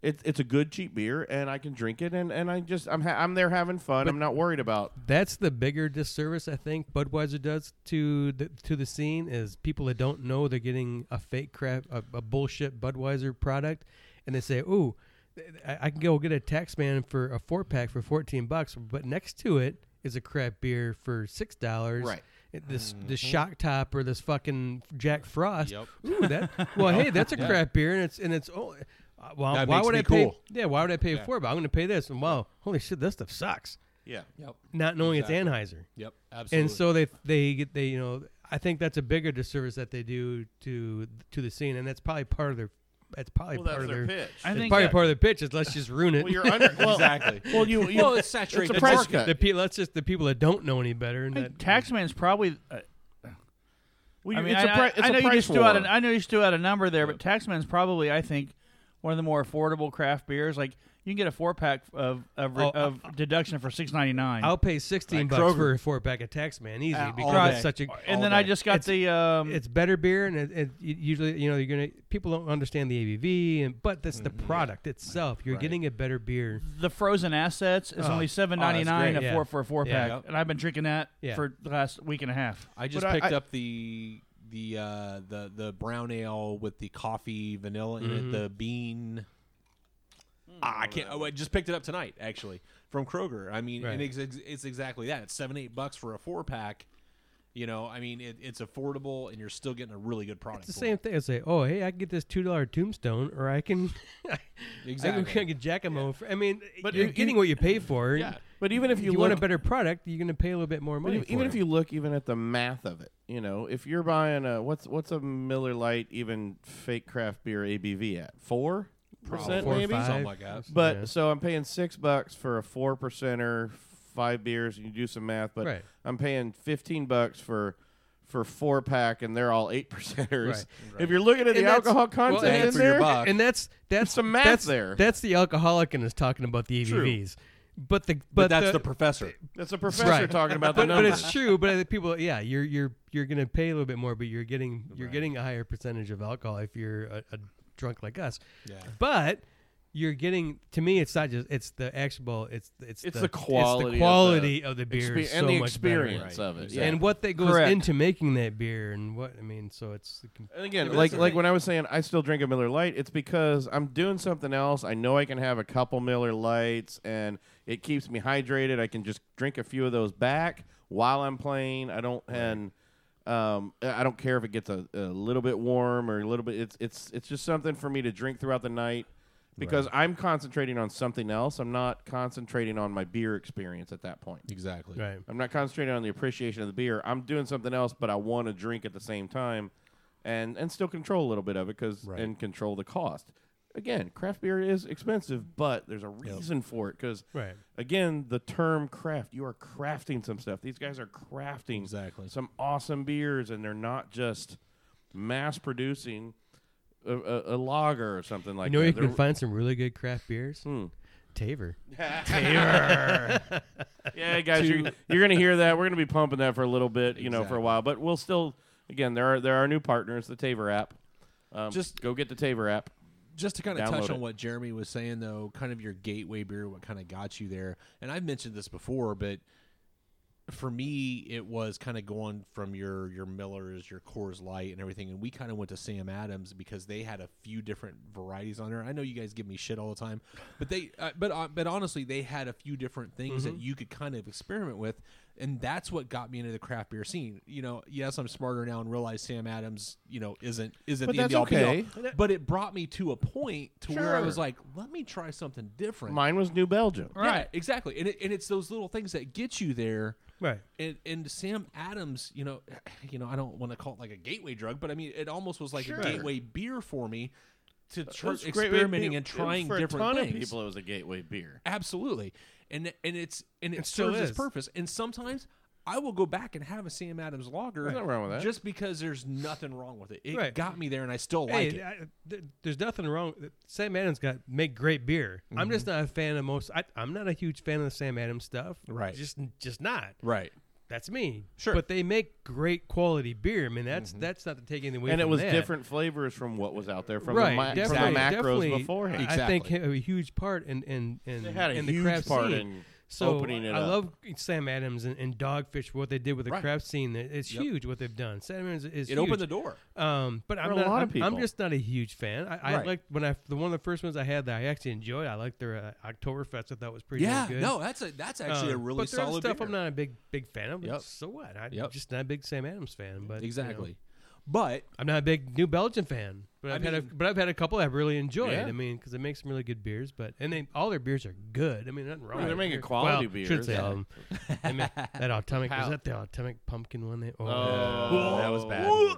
C: it's it's a good cheap beer and I can drink it and, and I just I'm ha- I'm there having fun. I'm not worried about
G: That's the bigger disservice I think Budweiser does to the to the scene is people that don't know they're getting a fake crap a, a bullshit Budweiser product, and they say, "Ooh, I, I can go get a Taxman for a four pack for fourteen bucks, but next to it is a crap beer for six dollars."
C: Right.
G: This this shock top or this fucking Jack Frost.
E: Yep.
G: Ooh, that. Well, hey, that's a crap beer, and it's and it's oh, uh, well,
E: That
G: why
E: makes
G: would
E: me
G: I pay?
E: cool.
G: Yeah, why would I pay four? But I'm going to pay this, and wow, holy shit, this stuff sucks
C: yeah.
E: Yep.
G: not knowing
E: Exactly.
G: it's Anheuser.
E: Yep. Absolutely.
G: And so they they get they you know I think that's a bigger disservice that they do to to the scene, and that's probably part of their that's probably
C: Well,
G: part
C: that's
G: of
C: their
G: their,
C: pitch.
F: I think
G: probably part of their pitch is let's just ruin it.
F: [laughs]
C: well,
G: [laughs]
C: you're under well,
E: exactly.
C: Well, you, you
E: well, it's saturated.
C: it's a
E: the
C: price
E: market.
C: cut.
G: the pe- let's just the people that don't know any better. And
F: I
G: that,
F: think Taxman's probably. Uh,
C: Well,
F: I
C: you-
F: mean,
C: it's a
F: I-
C: pri-
F: I-
C: it's
F: I
C: a
F: know you
C: price
F: just threw out.
C: war.
F: An, I know you just threw out a number there, but Taxman's probably, I think, one of the more affordable craft beers. Like you can get a four pack of of,
G: Oh,
F: of deduction for six ninety nine.
G: I'll pay sixteen
E: Like
G: bucks
E: Kroger.
G: for a four pack of Taxman easy
E: Uh, all
G: because
F: day.
G: it's such a
F: and then
E: all
F: I
E: day.
F: just got
G: It's-
F: the um,
G: it's better beer, and it, it u- usually you know you're gonna people don't understand the ABV, and but that's the
F: Mm,
G: product itself. You're getting a better beer.
F: the frozen assets is
G: Oh.
F: only seven ninety nine
G: great.
F: a
G: Yeah.
F: four for a four pack,
E: Yep.
F: and I've been drinking that
G: Yeah.
F: for the last week and a half.
E: I just
C: But I-
E: picked
C: I-
E: up the the uh, the the brown ale with the coffee vanilla in it, the bean. Ah, I can't. Oh, I just picked it up tonight, actually, from Kroger. I mean,
G: Right.
E: and it's, ex- it's exactly that. It's seven eight bucks for a four pack. You know, I mean, it, it's affordable, and you're still getting a really good product.
G: It's the
E: for
G: same
E: it.
G: thing. I say, oh hey, I can get this two dollar tombstone, or I can I
E: Exactly.
G: can get Giacomo. For, I mean,
C: But
G: you're
C: you-
G: getting what you pay for.
E: Yeah.
C: but even if
G: If
C: you,
G: you, want a
C: look-
G: better product, you're going to pay a little bit more
C: But
G: money.
C: if- even
G: for
C: if
G: it.
C: you look even at the math of it, you know, if you're buying a what's what's a Miller Lite even fake craft beer ABV at four percent
E: Four or
C: maybe,
E: five. something like that.
C: but
G: Yeah.
C: so I'm paying six bucks for a four percenter, five beers, and you do some math, but
G: Right.
C: I'm paying fifteen bucks for for four pack, and they're all eight percenters. If you're looking at
G: And
C: the
G: that's-
C: alcohol
G: well,
C: content
E: and
C: in
E: for your
C: there,
E: buck.
G: and that's that's
C: some math
G: that's,
C: there.
G: That's the alcoholic and is talking about the ABVs. But the but,
E: but, that's the,
G: the
E: professor.
C: that's a professor
G: Right.
C: talking about the
G: but, but
C: numbers.
G: it's true. But I think people, yeah, you're you're you're going to pay a little bit more, but you're getting you're getting a higher percentage of alcohol if you're a, a drunk like us.
E: Yeah.
G: But you're getting to me, it's not just it's the actual it's it's
C: It's the
G: the
C: quality of the
G: it's the quality of the, beer
C: Expe-
G: is
C: and
G: so
C: the
G: much better.
C: experience of it, yeah.
G: and what that goes
F: Correct.
G: into making that beer and what I mean. So it's
C: And again, like like when I was saying, I still drink a Miller Lite. It's because I'm doing something else. I know I can have a couple Miller Lights, and it keeps me hydrated. I can just drink a few of those back while I'm playing. I don't and um, I don't care if it gets a, a little bit warm or a little bit. It's it's it's just something for me to drink throughout the night because I'm concentrating on something else. I'm not concentrating on my beer experience at that point.
E: Exactly.
G: right.
C: I'm not concentrating on the appreciation of the beer. I'm doing something else, but I want to drink at the same time, and and still control a little bit of it because
E: Right.
C: and control the cost. Again, craft beer is expensive, but there's a reason for it because
G: Right.
C: again, the term craft, you are crafting some stuff. These guys are crafting
E: Exactly.
C: some awesome beers, and they're not just mass producing a, a, a lager or something like
G: you know,
C: that. Hmm.
G: you can
C: They're-
G: find some really good craft beers.
H: Taver.
C: [laughs] Yeah, guys, you're, you're going to hear that. We're going to be pumping that for a little bit, you know, for a while. But we'll still, again, there are there are new partners, the Taver app. Um,
E: Just-
C: Just go get the Taver app.
E: Just to kind of
C: Download
E: touch on
C: it.
E: what Jeremy was saying, though, kind of your gateway beer, what kind of got you there. And I've mentioned this before, but for me, it was kind of going from your your Miller's, your Coors Light, and everything. And we kind of went to Sam Adams because they had a few different varieties on there. I know you guys give me shit all the time, but they, uh, but uh, but honestly, they had a few different things
C: Mm-hmm.
E: that you could kind of experiment with, and that's what got me into the craft beer scene. You know, yes, I'm smarter now and realize Sam Adams, you know, isn't isn't
C: But
E: the
C: that's
E: end all be all.
C: okay.
E: But it brought me to a point to where I was
C: Sure.
E: like, let me try something different.
C: Mine was New Belgium.
E: Yeah, exactly. And, it, and it's those little things that get you there.
G: Right.
E: And, and Sam Adams, you know, [sighs] you know, I don't want to call it like a gateway drug, but I mean, it almost was like a gateway beer for me to tr-
C: It was great. It-
E: experimenting
C: it-
E: and
C: it-
E: trying
C: for
E: different
C: a ton
E: things.
C: Of people, it was a gateway beer.
E: Absolutely, and and it's and it,
G: still
E: serves
G: is.
E: its purpose. And sometimes I will go back and have a Sam Adams lager.
C: There's nothing wrong with that.
E: Just because there's nothing wrong with it. It
G: Right.
E: got me there, and I still like
G: hey,
E: it.
G: I- th- there's nothing wrong. Sam Adams got make great beer.
C: Mm-hmm.
G: I'm just not a fan of most. I, I'm not a huge fan of the Sam Adams stuff.
E: Right.
G: Just just not.
E: right.
G: That's me.
E: Sure.
G: But they make great quality beer. I mean, that's that's not to take anything away.
C: Mm-hmm. and it
G: from
C: was
G: that.
C: different flavors from what was out there from,
G: right?
C: the, ma- from
G: definitely,
C: the macros
G: definitely,
C: beforehand.
G: I- I think had a huge part in in, in
C: They had a
G: in the
C: huge
G: craft
C: part
G: scene.
C: in
G: so
C: opening it
G: I
C: up.
G: love Sam Adams and, and Dogfish. What they did with the
E: Right.
G: craft scene, it's huge. What they've done, Sam Adams is
E: It opened
G: huge.
E: the door.
G: Um, but I'm
C: a
G: not,
C: lot of
G: I'm, I'm
C: people.
G: just not a huge fan. I, I
E: Right.
G: liked when I the one of the first ones I had that I actually enjoyed. I liked their uh, Oktoberfest. I thought was pretty damn
E: Yeah.
G: good.
E: No, that's a that's actually a
G: Um,
E: really
G: but there's
E: solid
G: stuff
E: beer.
G: I'm not a big big fan of. but
E: Yep.
G: So what? I'm
E: Yep.
G: just not a big Sam Adams fan. But you know,
E: exactly. But
G: I'm not a big New Belgian fan. But
E: I
G: I've had a,
E: mean-
G: but I've had a couple I've really enjoyed.
C: Yeah.
G: I mean, because they make some really good beers. But and they all their beers are good. I mean, nothing
C: Right,
G: wrong. with
C: they're
G: their
C: making
G: beer.
C: quality
G: well, Shouldn't say
C: beers.
G: all of 'em.
C: [laughs]
G: I mean, that atomic was
C: How-
G: that the atomic pumpkin one? They, oh,
C: Oh, that was bad. That was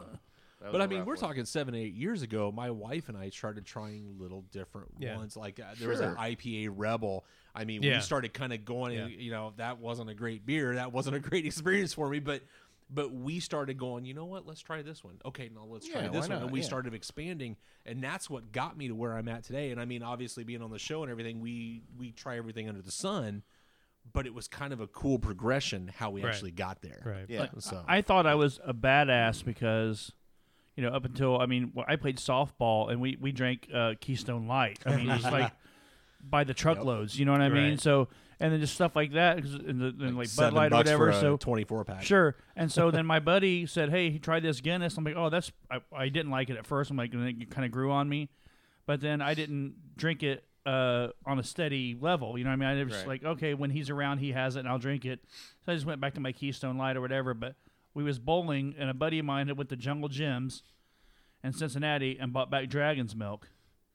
E: But
C: a
E: I mean,
C: rough
E: we're
C: one.
E: talking seven, eight years ago. My wife and I started trying little different
G: Yeah.
E: ones. Like uh, there was an
C: Sure.
E: IPA Rebel. I mean,
G: Yeah.
E: we started kind of going. and,
G: Yeah.
E: You know, that wasn't a great beer. That wasn't a [laughs] great experience for me. But but we started going. You know what? Let's try this one. Okay, now let's try
C: Yeah,
E: this
C: why
E: one.
C: not?
E: And we
C: Yeah.
E: started expanding, and that's what got me to where I'm at today. And I mean, obviously, being on the show and everything, we we try everything under the sun. But it was kind of a cool progression how we
G: Right.
E: actually got there.
G: right.
C: Yeah.
E: So
F: I thought I was a badass because, you know, up until I mean, well, I played softball and we we drank uh, Keystone Light. I
E: [laughs]
F: mean, it's like by the truckloads. You know what I mean?
G: Right.
F: so and then just stuff like that, 'cause- and, the, and like, Bud
E: seven
F: Light or
E: bucks
F: whatever.
E: for a
F: so
E: 24 pack.
F: Sure. And so then my buddy said, "Hey, try this Guinness." I'm like, "Oh, that's I, I didn't like it at first. I'm like, and it kind of grew on me, but then I didn't drink it uh, on a steady level. You know, what I mean, I was just
C: Right.
F: like, okay, when he's around, he has it, and I'll drink it. So I just went back to my Keystone Light or whatever. But we was bowling, and a buddy of mine went to Jungle Gyms in Cincinnati and bought back Dragon's Milk.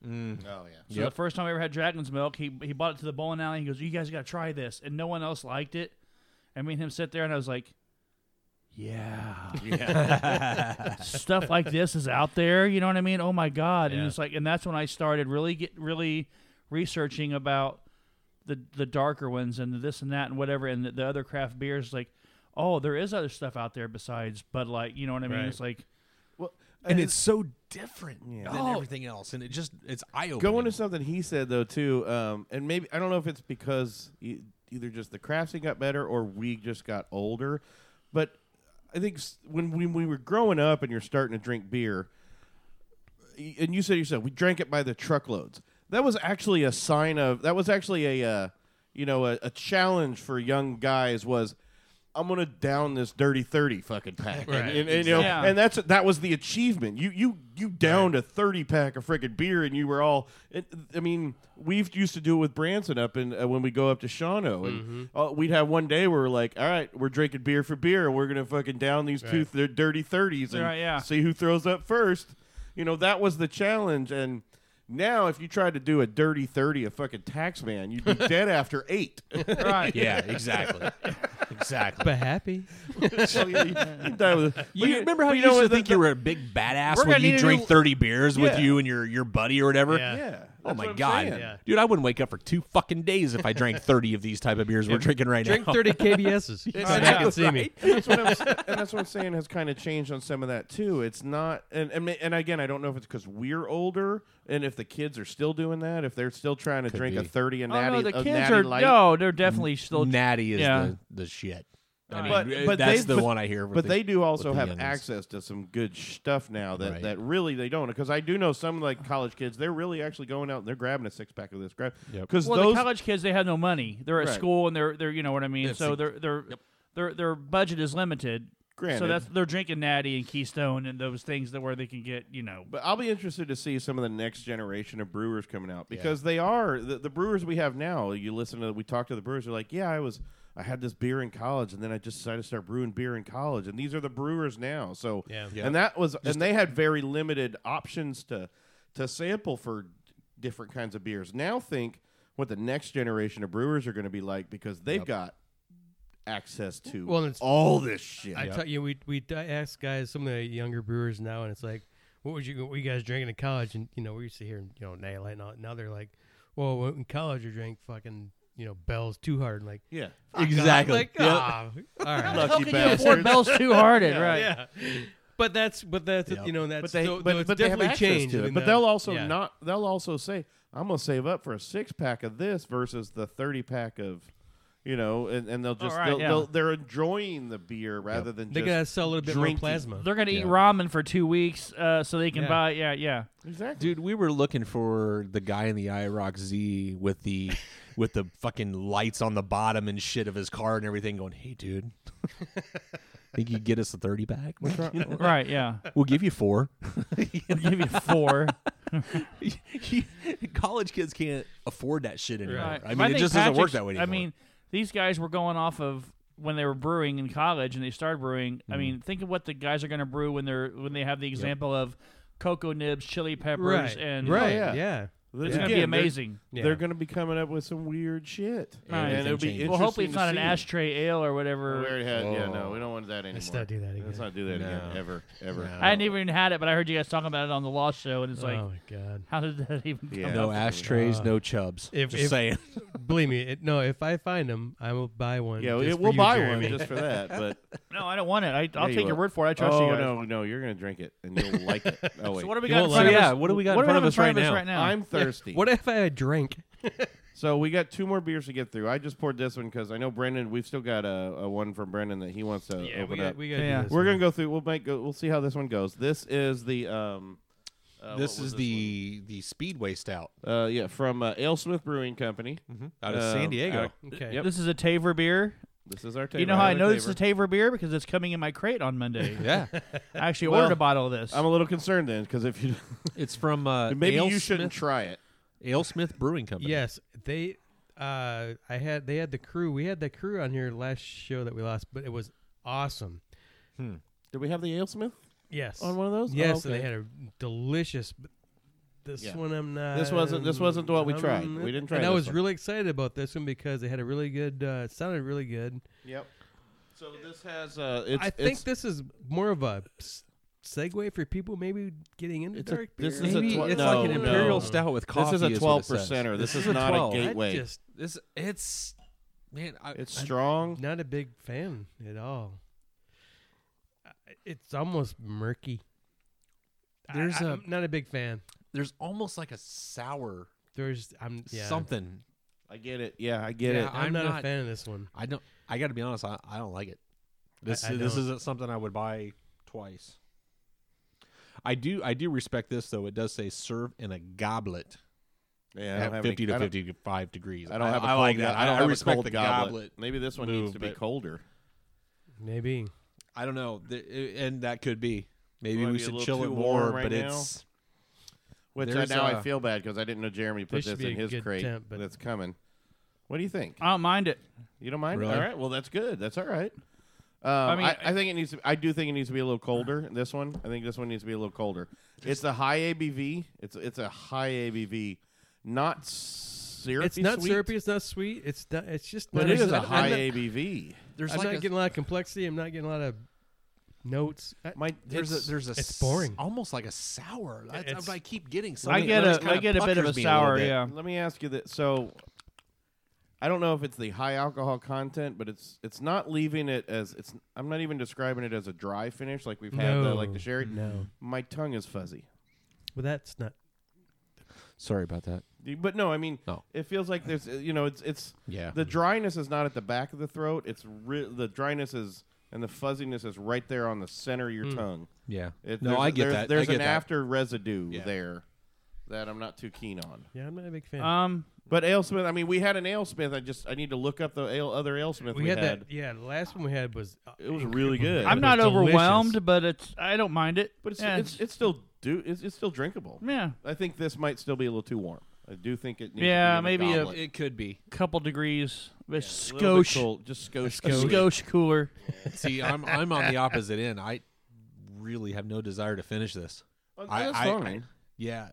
C: Oh yeah.
F: So the first time I ever had Dragon's Milk, he he bought it to the bowling alley. And he goes, "You guys got to try this," and no one else liked it. And me and him sit there, and I was like, "Yeah, stuff like this is out there. You know what I mean? Oh my god!" And it's like, and that's when I started really get really researching about the the darker ones and the this and that and whatever, and the, the other craft beers. Like, oh, there is other stuff out there besides Bud Light. You know what I mean?
G: Right.
F: It's like.
E: and it's so different than
C: Oh.
E: everything else, and it just it's eye opening.
C: Going to something he said though too, um, and maybe I don't know if it's because e- either just the crafting got better or we just got older, but I think s- when we, we were growing up and you're starting to drink beer, y- and you said yourself we drank it by the truckloads. That was actually a sign of that was actually a uh, you know a, a challenge for young guys was. I'm gonna down this dirty thirty fucking pack, and, and- and, you know,
F: Yeah.
C: and that's that was the achievement. You you you downed a thirty pack of freaking beer, and you were all. It, I mean, we've used to do it with Branson up in uh, when we go up to Shawano, and uh, we'd have one day where we're like, all right, we're drinking beer for beer, and we're gonna fucking down these two th- dirty thirties and
F: Right, yeah.
C: see who throws up first. You know, that was the challenge, and. Now, if you tried to do a dirty thirty, a fucking tax man, you'd be dead after eight. [laughs]
F: Right.
E: [laughs] yeah, [laughs] exactly, exactly.
G: But happy.
C: So you- you'd die with a-
E: you remember how
C: but
E: you,
C: know
E: used
C: what?
E: to
C: The-
E: think
C: the-
E: you were a big badass
C: We're
E: when
C: gonna
E: you
C: need a
E: drink
C: new-
E: thirty beers with
C: Yeah.
E: you and your your buddy or whatever?
G: Yeah.
C: Yeah.
E: Oh my
C: what I'm
E: god,
C: saying.
G: Yeah.
E: dude! I wouldn't wake up for two fucking days if I drank thirty of these type of beers we're drinking right
G: Drink
E: now.
C: [laughs]
G: 30 KBSs. You Come back and see me.
C: that's what I'm, s- and that's what I'm saying has kind of changed on some of that too. It's not, and and, ma- and again, I don't know if it's because we're older, and if the kids are still doing that, if they're still trying to drink a
E: be.
C: thirty and
F: Oh,
C: natty,
F: no, the
C: a
F: kids
C: natty
F: are
C: light.
F: no, they're definitely still.
E: Natty is
F: Yeah.
E: the, the shit. I mean,
C: But-
E: uh,
C: but
E: that's
C: they-
E: the
C: but-
E: one I hear. with
C: But
E: the-
C: they do also
E: with the
C: have
E: youngins.
C: access to some good stuff now that,
E: Right.
C: that really they don't. Because I do know some like college kids, they're really actually going out and they're grabbing a six pack of this. Grab
E: Yep.
C: because
F: well,
C: those
F: the college kids they have no money. They're at
C: Right.
F: school and they're they're you know what I mean.
E: Yeah,
F: so
E: see-
F: their their their their budget is limited. So
C: Granted.
F: that's they're drinking Natty and Keystone and those things that where they can get you know.
C: But I'll be interested to see some of the next generation of brewers coming out because they are the, the brewers we have now. You listen to we talk to the brewers. They're like, yeah, I was I had this beer in college, and then I just decided to start brewing beer in college, and these are the brewers now. So
G: Yeah.
E: Yeah.
C: and that was and they had very limited options to to sample for different kinds of beers. Now think what the next generation of brewers are going to be like because they've got access to
G: Well, it's-
C: all this shit.
G: I tell you, we we d- ask guys, some of the younger brewers now, and it's like, what would you, what you guys drinking in college? And you know, we used to hear, you know, Nightlight, and all, now they're like, well, when- in college you drank fucking, you know, Bell's too hard, and like,
C: yeah.
G: fuck off.
E: Exactly.
G: like,
E: Yep.
G: ah, all right,
C: Lucky bastards.
F: Fort Bell's too hearted, right?
G: yeah. But that's, but that's,
E: Yep.
G: you know, that's,
C: but they
G: so,
C: but,
G: so it's
C: but they have
G: definitely
C: access
G: changed.
C: to
G: I
C: it.
G: mean,
C: but
G: the-
C: they'll also
G: yeah.
C: not. They'll also say, "I'm gonna save up for a six pack of this versus the thirty pack of." You know, and, and they'll just
F: right,
C: they'll,
F: yeah.
C: they'll, they're enjoying the beer rather than
G: They
C: just
G: gotta sell a little bit more
C: drinking.
G: plasma.
F: They're gonna eat
E: Yeah.
F: ramen for two weeks uh, so they can
G: Yeah.
F: buy. Yeah, yeah.
C: exactly.
E: Dude, we were looking for the guy in the IROC Z with [laughs] the with the fucking lights on the bottom and shit of his car and everything. Going, hey, [laughs] dude, think you could get us a thirty pack? You [laughs] know,
F: Right, yeah.
E: we'll give you four.
F: I'll give you four.
E: College kids can't afford that shit anymore.
F: Right.
E: I
F: But
E: mean, it
F: think
E: just doesn't work
F: Patrick's-
E: that way anymore.
F: I mean, these guys were going off of when they were brewing in college and they started brewing. I mean, think of what the guys are going to brew when they're when they have the example of cocoa nibs, chili peppers,
G: right,
F: and
G: right,
C: yeah.
G: yeah.
F: It's going to be amazing.
C: They're,
G: Yeah.
C: gonna be coming up with some weird shit,
F: Right.
C: and it'll be
E: Everything changes.
F: Well, hopefully it's not an
C: interesting to see.
F: ashtray ale or whatever.
C: We already had- yeah,
E: Whoa.
C: no, we don't want that anymore.
G: Let's not do that again.
C: Let's not do that again, ever, ever.
F: I hadn't even had it, but I heard you guys talking about it on the Lost Show, and it's like,
G: oh my god.
F: how did that [laughs] even? Come?
C: Yeah.
E: no ashtrays,
G: Uh,
E: no chubs.
G: if-
E: just
G: if-
E: saying.
G: Believe me, it, no. If I find them, I will buy one.
C: Yeah,
G: just
C: we-
G: for
C: we'll
G: you,
C: buy
G: Jeremy.
C: one just for that. But
F: No, I don't want it. I, [laughs] I'll
C: you
F: take your
C: will.
F: word for it. I trust
C: oh
F: you guys.
C: no, no, you're gonna drink it and you'll like
F: [laughs]
C: it. Oh wait,
F: So what do we
G: You
F: got in front
G: won't like
F: of
G: it.
F: us?
E: Yeah, what do we got in
F: what
E: front
F: have
E: of us right now?
F: right now?
C: I'm thirsty.
G: [laughs] What if I had drank?
C: So we got two more beers to get through. I just poured this one because I know Brendan. We've still got a, a one from Brendan that he wants to open up.
G: we got, we got to
F: Yeah.
G: do this
C: We're
G: one.
C: gonna go through. We'll make. Go, we'll see how this one goes. This is the. Um, uh, what
E: this
C: was
E: is the the Speedway Stout
C: one? Uh, yeah, from uh, Alesmith Brewing Company.
E: out of
C: Um,
E: San Diego.
C: out-
G: Okay.
C: Yep.
F: This is a Taver beer.
C: This is our.
F: you know how I know this is a
C: Taver.
F: Taver beer because it's coming in my crate on Monday.
E: yeah,
F: I actually
C: Well,
F: ordered a bottle of this.
C: I'm a little concerned then because if you
E: it's from uh,
C: [laughs] maybe you
E: Alesmith-
C: shouldn't try it.
E: Alesmith Brewing Company.
G: Yes, they. Uh, I had they had the crew. We had the crew on here last show that we lost, but it was awesome.
C: Did we have the Alesmith?
G: Yes,
C: On one of those? Oh,
G: Yes, and
C: okay.
G: they had a delicious. But this
C: Yeah.
G: one I'm not.
C: This wasn't- this wasn't what we
G: I'm-
C: tried. We didn't try
G: Um, And I
C: this
G: was
C: one.
G: really excited about this one because they had a really good. Uh, it sounded really good.
C: Yep. So this has. Uh, it's,
G: I think
C: it's,
G: this is more of a s- segue for people maybe getting into
C: It's a-
G: dark beer.
C: this is a
E: Maybe
C: tw-
E: it's
C: no,
E: like
C: no.
E: an imperial stout with coffee.
C: this is a
E: what
C: twelve
E: it says.
C: percenter. This is not a
E: 12.
G: I
C: gateway.
G: just
E: This it's man, I,
C: It's
E: I-
C: strong.
G: not a big fan at all. I- It's almost murky.
E: There's
G: I,
E: a-
G: I'm not a big fan.
E: there's almost like a sour
G: There's I'm yeah.
E: something.
C: I get it. Yeah, I get
E: Yeah,
C: it.
G: I'm,
E: I'm
G: not,
E: not-
G: a fan of this one.
E: I don't. I got to be honest. I, I don't like it. This
G: I
E: this
G: don't.
E: isn't something I would buy twice. I do I do respect this though. It does say serve in a goblet
C: Yeah, I don't
E: at
C: have any-
E: fifty
C: I
E: to
C: don't-
E: fifty five degrees.
C: I don't have. a
E: I
C: cold
E: like
C: go-
E: that.
C: I don't have a
E: respect
C: cold
E: the
C: goblet.
E: goblet.
C: Maybe this one needs
E: move,
C: to be
E: but-
C: colder.
G: Maybe.
E: I don't know, Th- and that could be. Maybe
C: Might
E: we
C: be a
E: should
C: little
E: chill it
C: too
E: more,
C: warm right
E: but
C: now.
E: it's
C: Which I,
E: There's,
C: now I
E: uh,
C: feel bad because I didn't know Jeremy
G: There
C: put this
G: should
C: in
G: be a
C: his
G: good
C: crate
G: temp, but-
C: that's coming. What do you think?
F: I don't mind it.
C: You don't mind?
E: Really?
C: All right. Well, that's good. That's all right. Um, I
F: mean,
C: I, think it needs. To, I do think it needs to be a little colder. This one, I think this one needs to be a little colder. It's a high ABV. It's it's a high ABV, not syrupy.
G: It's not
C: sweet,
G: syrupy. It's not sweet. It's not. It's just.
C: but
G: not
C: it is
G: I
C: a
G: don't-
C: high
G: I'm not,
C: ABV.
E: there's
G: I'm
E: like
G: not
E: a-
G: getting a lot of complexity. I'm not getting a lot of notes. I-
C: My
E: There's
C: it's-
E: a there's a
G: it's
E: s-
G: boring.
E: almost like a sour. That's
G: It's-
E: I keep getting.
F: I
E: Something
F: get
E: that just
F: a I
E: kinda
F: get a bit of a
E: puckers me little
F: sour.
E: bit.
F: yeah. Um,
C: Let me ask you that. So, I don't know if it's the high alcohol content, but it's it's not leaving it as it's. I'm not even describing it as a dry finish like we've had the, like the
G: No,
C: sherry.
G: no.
C: my tongue is fuzzy.
G: Well, that's not.
E: Sorry about that.
C: You- But no, I mean,
E: No.
C: it feels like there's uh, you know it's it's
E: Yeah.
C: the dryness is not at the back of the throat. It's re- the dryness is and the fuzziness is right there on the center of your tongue.
E: Yeah.
C: It,
E: Hmm. no,
C: there's-
E: I get
C: there's,
E: that.
C: There's
E: I get
C: an
E: that.
C: after residue
E: Yeah.
C: there that I'm not too keen on.
G: Yeah, I'm not a big fan.
F: Um,
C: But AleSmith, I mean, we had an AleSmith. I just I need to look up the ale, other AleSmith we,
G: we, had,
C: had.
G: that. Yeah, the last one we had was. uh,
C: It was
G: inc-
C: really good.
F: I'm
G: was
F: not
G: delicious.
F: overwhelmed, but it's I don't mind it.
C: But it's,
F: yeah,
C: it's, it's still do it's, it's still drinkable.
F: yeah,
C: I think this might still be a little too warm. I do think it needs
F: Yeah,
C: to be in
F: maybe a-
C: a,
F: it-
C: goblet.
E: It could be.
F: couple degrees. But
C: A little bit
F: skosh,
C: cold, just skosh,
E: skosh.
C: skosh.
F: skosh cooler.
E: See, I'm I'm on the opposite end. I really have no desire to finish this.
C: Well,
E: I-
C: that's
E: I-
C: fine.
E: Yeah.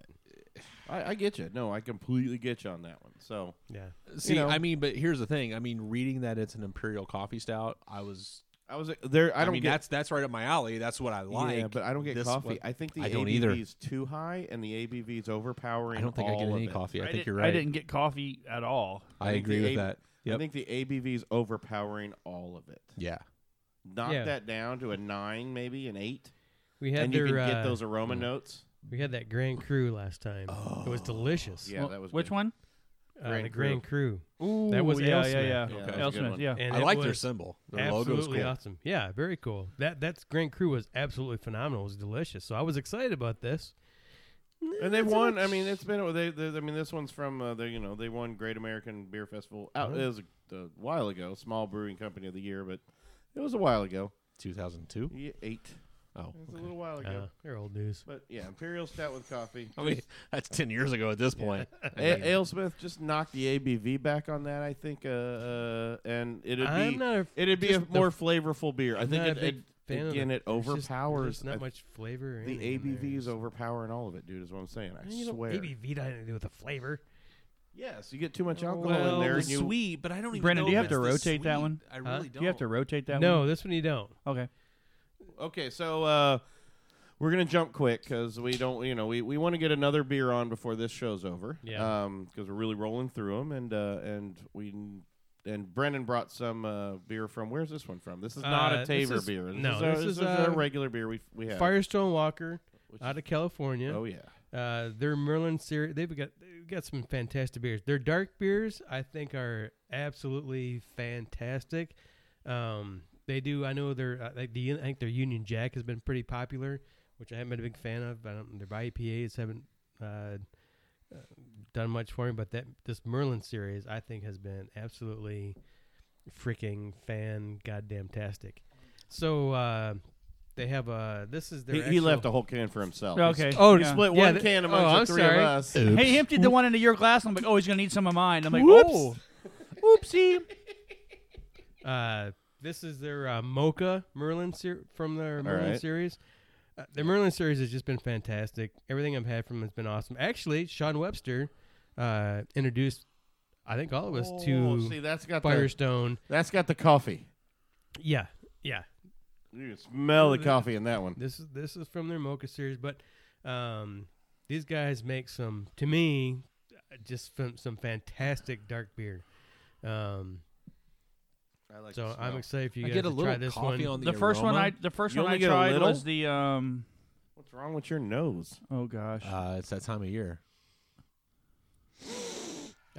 C: I, I get you. No, I completely get you on that one. So
G: Yeah.
E: See,
C: know.
E: I mean, but here's the thing. I mean, reading that it's an imperial coffee stout, I was.
C: I was there. I
E: I,
C: don't
E: mean,
C: get.
E: that's that's right up my alley. That's what I like.
C: yeah, but I don't get
E: This
C: coffee.
E: one-
C: I think the
E: I don't
C: ABV
E: either.
C: is too high, and the ABV is overpowering.
E: I don't think I get
C: all
E: any
C: of it.
E: coffee. I, think
F: didn't-
E: you're right.
F: I didn't get coffee at all.
E: I
C: think the
E: agree with
C: AB
E: that. Yep.
C: I think the ABV is overpowering all of it.
E: yeah.
C: Knock
G: Yeah.
C: that down to a nine, maybe an eight,
G: We had
C: and
G: their,
C: you can
G: uh,
C: get those aroma notes.
G: We had that Grand Cru last time. it was delicious.
C: Oh, Yeah,
F: Well,
C: that was
F: which
C: good.
F: one?
G: Uh,
C: Grand
G: the Grand Cru. that was
F: yeah,
G: Ale
F: yeah, yeah,
G: Smith.
C: Yeah,
E: Okay.
F: Ale
C: that's a good
F: Smith,
C: one.
F: yeah.
G: And
E: I
G: it
E: like their
G: was
E: symbol. Their logo's
G: absolutely
E: cool.
G: awesome. Yeah, very cool. That that's Grand Cru was absolutely phenomenal. It was delicious. So I was excited about this.
C: And they won. I mean, it's been. They, they, I mean, this one's from. Uh, they, you know, they won Great American Beer Festival. Out,
G: Uh-huh.
C: It was a, a while ago. Small Brewing Company of the Year, but it was a while ago.
E: 2002.
C: Yeah, eight.
E: Oh.
C: It was a little while ago.
G: Uh, they're old news.
C: But yeah, Imperial Stout with coffee.
E: I mean, [laughs] that's 10 years ago at this
C: [laughs]
E: point.
C: A- AleSmith just knocked the ABV back on that. I think, uh, uh, and it'd
G: I'm
C: be
G: not a-
C: it'd be a
G: just the-
C: more flavorful beer. I
G: I'm
C: think
G: not a
C: it,
G: big
C: it-
G: fan of
C: again
G: the-
C: it
G: there's just- There's
C: overpowers.
G: not
C: I-
G: much flavor. Or
C: the
G: anything in
C: ABV is
G: there.
C: overpowering all of it, dude. Is what I'm saying. I
G: You know,
C: swear.
G: ABV doesn't have to do with the flavor.
C: Yes, you get too much alcohol
E: well,
C: in there.
E: the
C: and you,
E: sweet, but I don't even
F: Brandon,
E: know
F: do you
E: if
F: have to
E: it's the
F: rotate that
E: sweet.
F: one?
E: I really don't.
F: Do you have to rotate that
G: no,
F: one?
G: this one you don't.
F: Okay.
C: Okay, so uh, we're gonna jump quick because we don't, you know, we, we want to get another beer on before this show's over.
G: Yeah.
C: because we're really rolling through them, and uh, and we and Brennan brought some uh, beer from. Where's this one from? This is not
G: Uh,
C: a
G: this
C: Taver
G: is-
C: beer.
G: no,
C: a,
G: this is,
C: a
G: uh,
C: regular beer we we have.
G: Firestone Walker
C: Which
G: out
C: is-
G: of California.
C: oh yeah,
G: Uh, their Merlin series, they've got they've got some fantastic beers. Their dark beers, I think, are absolutely fantastic. Um, they do. I know their uh, like the I think their Union Jack has been pretty popular, which I haven't been a big fan of. But um, their IPAs haven't uh, uh, done much for me. But that this Merlin series, I think, has been absolutely freaking fan goddamn tastic. So uh, they have a. This is their.
C: he, he
G: actual-
C: left a whole can for himself.
F: Okay.
C: He
G: Oh,
F: yeah.
C: split
G: Yeah,
C: one
G: th-
C: can
G: oh,
C: amongst
G: I'm
C: the three
G: sorry.
C: of us.
F: Hey, he emptied the one into your glass. and I'm like, oh, he's gonna need some of mine. I'm like,
G: Whoops.
F: oh, oopsie.
G: Uh, this is their uh, Mocha Merlin ser- from their Merlin
C: right.
G: series. Uh, their Merlin series has just been fantastic. Everything I've had from them has been awesome. Actually, Sean Webster uh, introduced, I think, all of us
C: Oh,
G: to
C: see, that's got the,
G: Firestone.
C: that's got the coffee.
G: Yeah, yeah.
C: You can smell the coffee in that one.
G: This is this is from their Mocha series, but um, these guys make some to me uh, just some, some fantastic dark beer. Um,
C: I like
G: so I'm excited for you
E: I
G: guys
E: get a
G: to try
E: little
G: this
E: coffee
G: one.
E: on the
F: The first one
E: aroma.
F: I the first
C: You
F: one
C: only
F: I
C: get a
F: tried
C: little?
F: was the um.
C: What's wrong with your nose?
F: Oh gosh.
E: Uh, it's that time of year.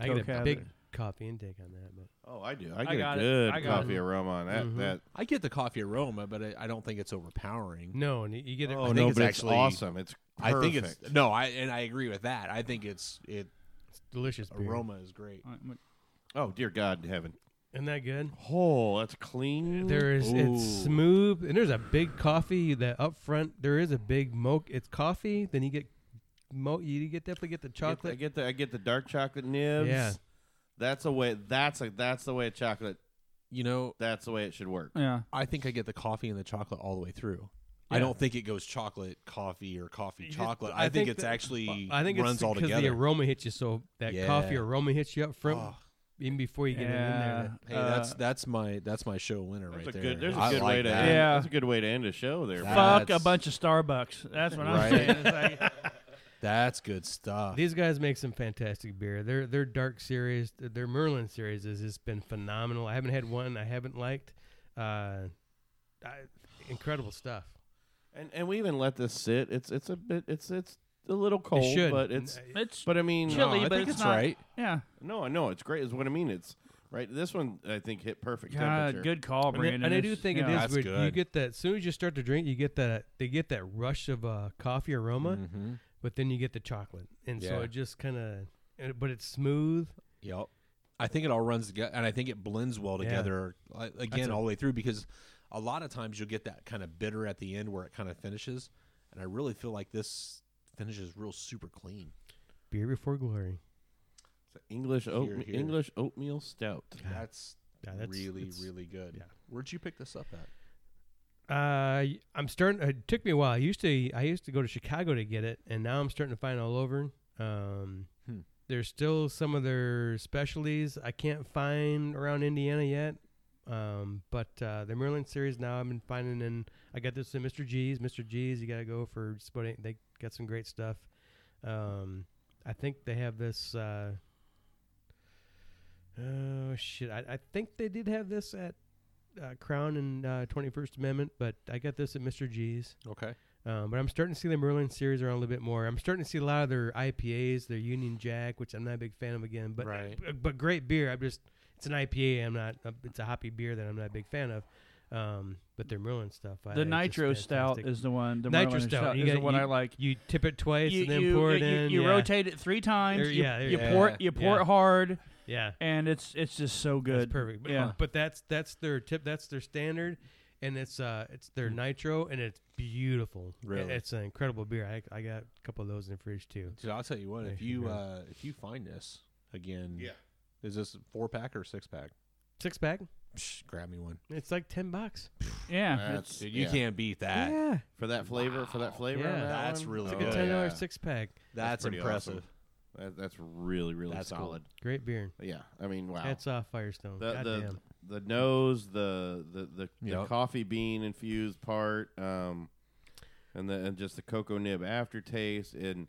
G: I get
F: Coke
G: a
F: habit.
G: big coffee intake on that, but.
C: Oh, I do. I get
F: got
C: a
F: it.
C: good
F: I got
C: coffee
F: it.
C: aroma on that.
G: Mhm.
C: That
E: I get the coffee aroma, but I, I don't think it's overpowering.
G: No, and y- you get it.
E: Oh,
G: I
E: no,
G: think
E: it's
C: but
E: actually-
C: awesome. It's perfect.
E: I think it's no, I and I agree with that. I think it's it
G: it's delicious beer.
E: aroma is great.
F: All right, I'm like,
C: oh dear God in heaven.
G: Isn't that good?
C: Oh, that's clean.
G: There is it's
E: Ooh.
G: smooth, and there's a big coffee that up front. There is a big mocha. It's coffee. Then you get mo. You get definitely get the
C: I
G: chocolate.
C: get the I get the dark chocolate nibs.
G: Yeah.
C: That's a way. That's a that's the way of chocolate.
E: You know,
C: That's the way it should work.
F: yeah.
E: I think I get the coffee and the chocolate all the way through. I
G: Yeah.
E: don't think it goes chocolate coffee or coffee
G: just-
E: chocolate. I, think, it's
G: that-
E: actually
G: I think
E: runs
G: it's
E: all
G: because the
E: together.
G: aroma hits you so that coffee
E: Yeah.
G: aroma hits you up front.
E: Oh.
G: even before you get it in
F: Yeah.
G: there.
E: Hey,
F: Uh,
E: that's that's my that's my show winner
C: That's
E: right
C: a
E: there.
C: good. There's a
E: I
C: good
E: like
C: way to.
E: that.
C: End,
F: Yeah.
C: That's a good way to end a show there.
E: That-
F: Fuck a
E: That's-
F: bunch of Starbucks. That's what
E: Right.
F: I'm
G: [laughs]
F: saying. It's like,
E: That's good stuff.
G: That- These guys make some fantastic beer. Their their dark series, th- their Merlin series has just been phenomenal. I haven't had one I haven't liked. Uh, I, incredible stuff.
C: and and we even let this sit. It's it's a bit. It's it's a little cold,
G: it should,
C: Oh, but it's.
F: it's
C: But I mean,
E: No,
F: chilly,
E: I
F: but
E: think
F: it's
E: it's
F: not-
E: right.
F: yeah.
C: no, I know it's great. Is what I mean. It's right. This one I think hit perfect
F: God,
C: temperature.
F: good call,
G: And, I-
F: Brandon.
G: and I
F: It's-
G: do think
F: yeah.
G: it
E: That's
G: is weird. You
E: good.
G: get that as soon as you start to drink, you get that they get that rush of uh, coffee aroma, but then you get the chocolate, and so
E: Yeah.
G: it just kind of, but it's smooth.
E: Yep. I think it all runs together, and I think it blends well
G: Yeah.
E: together like, again
G: a-
E: all the way through because a lot of times you'll get that kind of bitter at the end where it kind of finishes, and I really feel like this finishes real super clean.
G: Beer before glory.
C: English oat
E: Here, here.
C: English oatmeal stout.
E: That's,
G: Yeah, that's-
E: really
G: it's-
E: really good.
G: yeah.
E: Where'd you pick this up at?
G: Uh, y- I'm starting. It took me a while. I used to I used to go to Chicago to get it, and now I'm starting to find all over. Um,
E: Hmm.
G: there's still some of their specialties I can't find around Indiana yet. Um, but uh, the Merlin series now I've been finding in. I got this in Mr. G's. Mr. G's, you gotta go for just about. any- They got some great stuff. Um, I think they have this. Uh, oh shit! I, I think they did have this at uh, Crown and uh, 21st Amendment, but I got this at Mr. G's.
E: Okay.
G: Um, but I'm starting to see the Merlin series around a little bit more. I'm starting to see a lot of their IPAs, their Union Jack, which I'm not a big fan of again, but
E: Right.
G: b- but great beer. I'm just it's an IPA. I'm not. Uh, it's a hoppy beer that I'm not a big fan of. Um, but their Merlin stuff. I,
F: the
G: it's just
F: nitro stout
G: fantastic.
F: is the one. The
G: Nitro
F: Merlin
G: stout, you
F: is the
G: got-
F: one I like.
G: You tip it twice
F: you,
G: and then
F: you-
G: pour it
F: you-
G: in.
F: you
G: yeah.
F: rotate it three times.
G: There-
F: you,
G: yeah, there
F: you
E: you
F: pour
E: go.
F: it. You pour
G: Yeah.
F: it hard,
G: Yeah.
F: and it's it's just so good.
G: That's perfect. But,
F: yeah.
G: but that's that's their tip. That's their standard, and it's uh it's their nitro, and it's beautiful. I-
E: Really?
G: it's an incredible beer. I, I got a couple of those in the fridge too.
E: Dude, I'll tell you what.
G: Yeah,
E: If
G: you
E: you
G: can
E: uh, if you find this again, yeah, is this four pack or six pack?
G: Six pack.
E: Psh, grab me one.
G: It's like ten bucks.
F: yeah,
C: That's-
F: it's,
E: Dude, you
C: yeah.
E: can't beat that.
G: yeah,
C: for that flavor. For that flavor,
G: Yeah.
C: on that
E: That's
C: one?
E: really
G: it's
E: Oh,
G: like a ten dollar
C: yeah.
G: six pack.
E: That's,
C: pretty
E: impressive.
C: awesome. That, that's really really
E: That's cool.
C: solid.
G: Great beer.
C: Yeah, I mean, wow.
G: Hats off Firestone.
C: the the,
G: Oh, Goddamn.
C: the nose, the the the, the
E: Yep.
C: coffee bean infused part, um, and the and just the cocoa nib aftertaste, and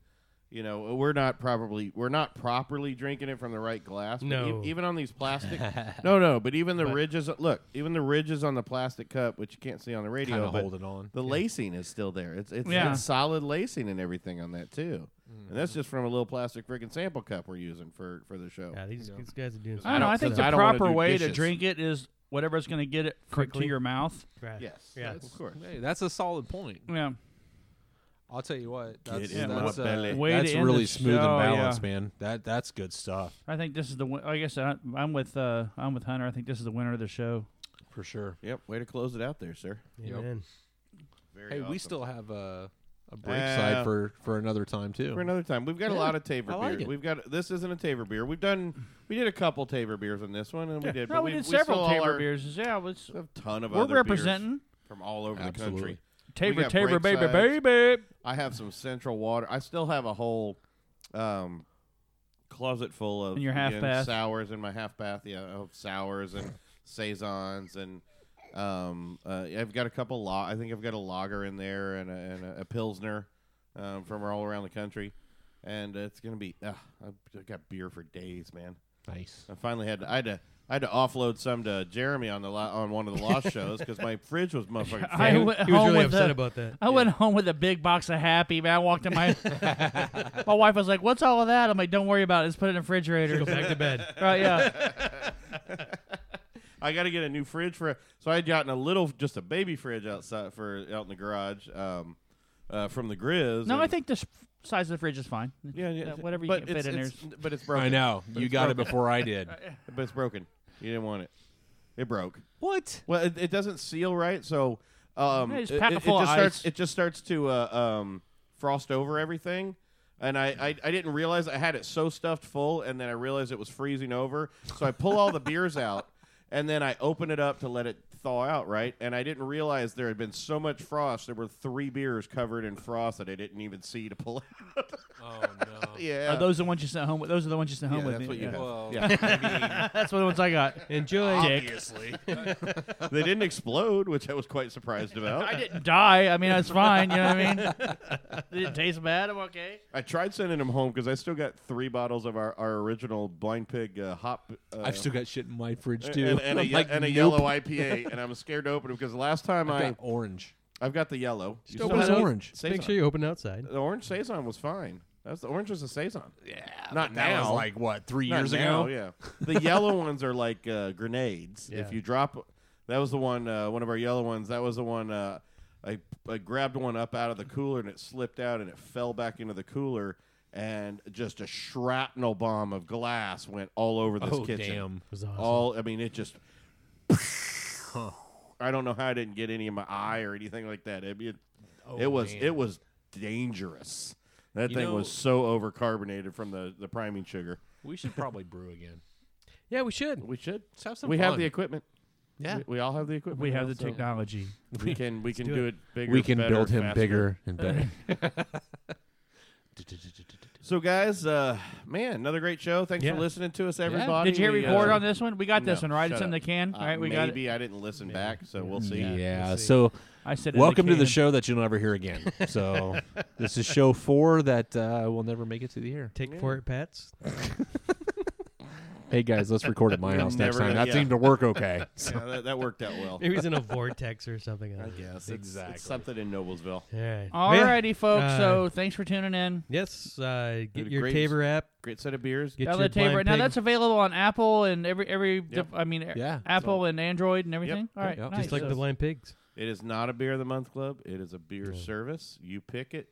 C: you know we're not probably we're not properly drinking it from the right glass. but e-
G: No.
C: even on these plastic, no, no, but even the ridges. Look, even the ridges on the plastic cup, which you can't see on the radio,
E: Kind of
C: but
E: holding on.
C: The lacing is still there. It's it's,
F: Yeah.
C: it's solid lacing and everything on that too. And that's just from a little plastic freaking sample cup we're using for for the show.
G: yeah, these, these guys are doing.
F: I don't know. I think the
C: I don't wanna
F: proper
C: do
F: way to
C: dishes.
F: drink it is whatever's going to get it for, to
G: Quickly.
F: your mouth.
G: Right.
C: Yes.
G: Yeah.
C: Of course.
E: Hey, that's a solid point.
F: Yeah,
E: I'll tell you what. That's,
C: in my
E: that's,
C: belly.
E: uh,
F: Way
E: that's
F: to end
E: really
F: the
E: smooth
F: show,
E: and balanced,
F: yeah.
E: man. That that's good stuff
F: I think this is the. win- Like I said, I- I'm with uh, I'm with Hunter. I think this is the winner of the show.
E: for sure.
C: Yep. Way to close it out there, sir.
E: Yep.
G: Amen.
C: Very
E: Hey, we
C: awesome.
E: still have a, a break side
C: Uh,
E: for for another time too.
C: for another time. We've got
E: Yeah,
C: a lot of [laughs]
E: I
C: Taver
E: like
C: beers.
E: it.
C: We've got this isn't a Taver beer. We've done we did a couple Taver beers on this one, and we did.
F: No,
C: but
F: we,
C: we
F: did several
C: we still all
F: Tabor
C: are-
F: beers. Yeah, it's,
C: A ton of
F: we're
C: other beers
F: representing
C: from all over the
E: Absolutely.
C: country.
F: Tabor,
C: got
F: Tabor,
C: break
F: baby,
C: sides.
F: baby.
C: I have some Central Water. I still have a whole um, closet full of
F: In your half
C: you know,
F: bath.
C: sours in my half bath. Yeah, of sours and saisons and um, uh, I've got a couple. La- I think I've got a lager in there and a, and a, a pilsner um, from all around the country. And it's gonna be. Uh, I've got beer for days, man.
E: Nice.
C: I finally had. To, I had to. I had to offload some to Jeremy on the lo- on one of the
F: [laughs]
C: lost shows because my fridge was motherfucking.
F: I
C: full.
G: he was
F: went home
G: really
F: with
G: upset
F: the- [laughs]
G: about that.
F: I went home with a big box of Happy. Man, I walked in my my wife was like, "What's all of that?" I'm like, "Don't worry about it. Just put it in the refrigerator."
G: Go back to bed.
F: [laughs] right? Yeah.
C: I got to get a new fridge for. So I had gotten a little, just a baby fridge outside for out in the garage um, uh, from the Grizz.
F: No, I
C: and-
F: think the s- size of the fridge is fine.
C: yeah, yeah,
F: Uh, whatever you
C: but
F: can fit
C: it's-
F: in there.
C: it's- But it's broken.
E: I know
C: But
E: you
C: it's
E: got it
C: broken.
E: before I [laughs] did.
C: But it's broken. You didn't want it. It broke.
E: what?
C: Well, it, it doesn't seal right, so um,
F: Yeah, just
C: it,
F: pack
C: it-
F: it
C: it
F: full of
C: just starts.
F: ice.
C: It just starts to uh, um, frost over everything. And I, I, I didn't realize I had it so stuffed full, and then I realized it was freezing over. So I pull all the beers [laughs] out, and then I open it up to let it thaw out, right? And I didn't realize there had been so much frost. There were three beers covered in frost that I didn't even see to pull [laughs] out.
E: Oh no.
C: Yeah.
F: Are those the ones you sent home with? Those are the ones you sent
C: yeah,
F: home with. me.
C: that's what you
F: Yeah.
C: have.
E: Well,
C: Yeah.
E: I
F: That's what the ones I got.
G: Enjoy.
F: Dick.
E: mean,
C: they didn't explode, which I was
F: [laughs]
C: quite surprised about.
F: I didn't die. I mean, that's fine. You know what I mean? Did it taste bad? I'm okay.
C: I tried sending them home because I still got three bottles of our, our original Blind Pig uh, hop. Uh,
E: [laughs] I've still got shit in my fridge
C: and,
E: too.
C: and, and
E: [laughs]
C: a,
E: I'm
C: ye-
E: like,
C: and a
E: nope.
C: yellow IPA, and I'm scared to open it because last time
E: I've
C: I,
E: got orange.
C: I've got the yellow. You
E: Still
C: have
E: was
C: the-
E: orange.
C: Saison.
G: Make sure you open outside.
C: the orange saison was fine. That's the orange was a saison.
E: Yeah,
C: Not
E: that was
C: now.
E: like what three
C: Not
E: years
C: now,
E: ago.
C: Yeah, [laughs] the yellow ones are like uh, grenades.
G: Yeah.
C: If you drop, that was the one. Uh, one of our yellow ones. That was the one. Uh, I, I grabbed one up out of the cooler and it slipped out and it fell back into the cooler and just a shrapnel bomb of glass went all over this
E: Oh
C: kitchen.
E: damn!
G: was awesome.
C: All I mean, it
E: [laughs]
C: just. I don't know how I didn't get any in my eye or anything like that. It, it, it was
E: Oh, man.
C: it was dangerous. That
E: You
C: thing
E: know-
C: was so overcarbonated from the, the priming sugar.
E: We should probably brew again.
G: yeah, we should.
C: We should.
E: Let's have some.
C: We have
E: fun.
C: the equipment.
E: Yeah.
C: we, we all have the equipment.
F: We have
C: now,
F: the
C: so
F: technology.
C: We can we can do,
G: do
C: it bigger.
E: we can
C: better,
E: build him
C: faster.
E: bigger [laughs] and better.
C: So guys, uh, man, another great show. Thanks
G: Yeah.
C: for listening to us, everybody.
F: Did you hit
C: We,
F: record
C: uh,
F: on this one? We got this
C: no,
F: one right.
C: shut
F: It's in
C: up.
F: the can.
C: uh,
F: All right, we got it.
C: maybe I didn't listen back, so we'll see.
E: yeah.
G: we'll see.
E: so
F: I said. in
E: welcome to the
F: can.
E: show that you'll never hear again. So [laughs] this is show four that uh, will never make it to the air.
G: Take for it, pets.
E: Hey guys, let's record at my house next
C: Never
E: time.
C: gonna-
E: That
C: yeah.
E: seemed to work [laughs] okay.
C: Yeah, that, that worked
F: [laughs]
C: out well.
G: Maybe he's in a vortex or something.
C: I
G: All
C: guess It's-
E: Exactly.
C: It's something in Noblesville.
G: right.
F: All
G: Yeah.
F: righty, folks.
G: Uh,
F: so thanks for tuning in.
G: Yes. Uh,
C: Did
G: get
C: a
G: your
C: great-
G: Tabor app.
C: Great set of beers.
G: Get
F: Download
G: your
F: Tabor.
G: Blind
F: Now
G: Pig.
F: that's available on Apple and every every. diff- I mean,
E: Yeah.
F: Apple and Android and everything. All right,
E: Yep. Just
F: nice.
G: just like the
F: So-
G: blind pigs.
C: It is not a beer of the month club. It is a beer service. You pick it,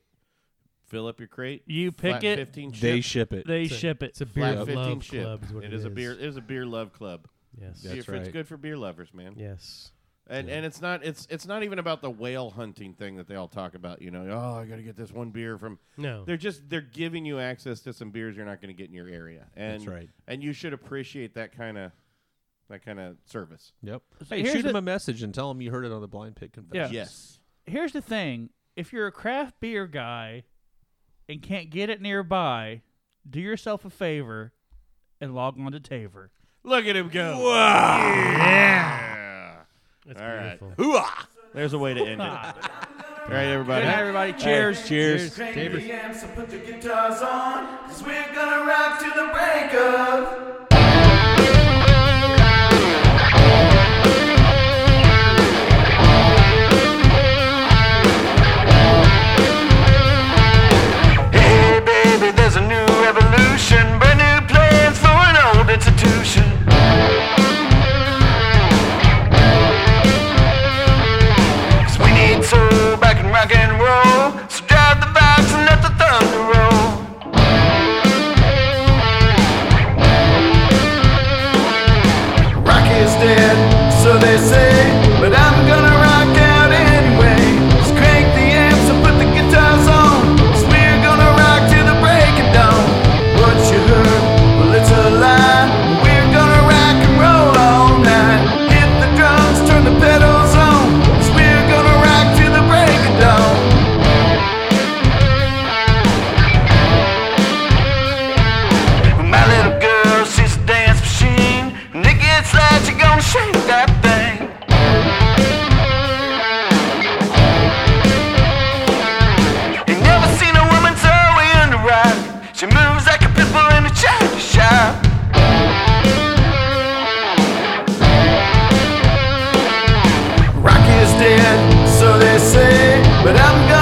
C: fill up your crate.
F: You
C: flat
F: pick it,
C: Fifteen.
E: They
C: ship,
E: ship it.
F: they
G: It's a-
F: ship it.
G: It's a
C: flat
G: beer
C: 15
G: love club.
C: ship.
G: Is what
C: it is a beer. It is a beer love club.
G: Yes.
E: Yeah. That's
C: If it's
E: right.
C: good for beer lovers, man.
G: Yes.
C: And and it's not it's it's not even about the whale hunting thing that they all talk about. You know, oh, I got to get this one beer from.
G: No.
C: They're just they're giving you access to some beers you're not going to get in your area. And
E: That's right.
C: And you should appreciate that kind of that kind of service.
E: Yep.
F: So
E: Hey,
F: here's
E: shoot him
F: the-
E: a message and tell him you heard it on the Blind Pig Confession.
F: Yeah.
C: Yes.
F: Here's the thing: if you're a craft beer guy and can't get it nearby, do yourself a favor and log on to Taver.
C: Look at him go. Yeah.
G: That's
C: All right.
G: beautiful.
C: There's a way
F: [laughs]
C: to end it. All right, everybody.
F: Good night, everybody. Cheers.
E: Cheers.
G: Tabor.
A: So put the guitars on, cause we're gonna rock to the break of.
H: Hey baby, there's a new revolution, brand new plans for an old institution. Cause we need soul back in rock and roll, so drive the vibes and let the thunder roll. Rock is dead, so they say, but I'm gonna rock out anyway. Just crank the amps and put the guitars on, cause we're gonna rock till the break of dawn. What you heard, well it's a lie, we're gonna rock and roll all night. Hit the drums, turn the pedals on, cause we're gonna rock till the break of dawn. My little girl, she's a dance machine. And it gets loud, she gonna shake that thing. You never seen a woman so in the right. She moves like a pit bull in a china shop. Rock is dead, so they say. But I'm gonna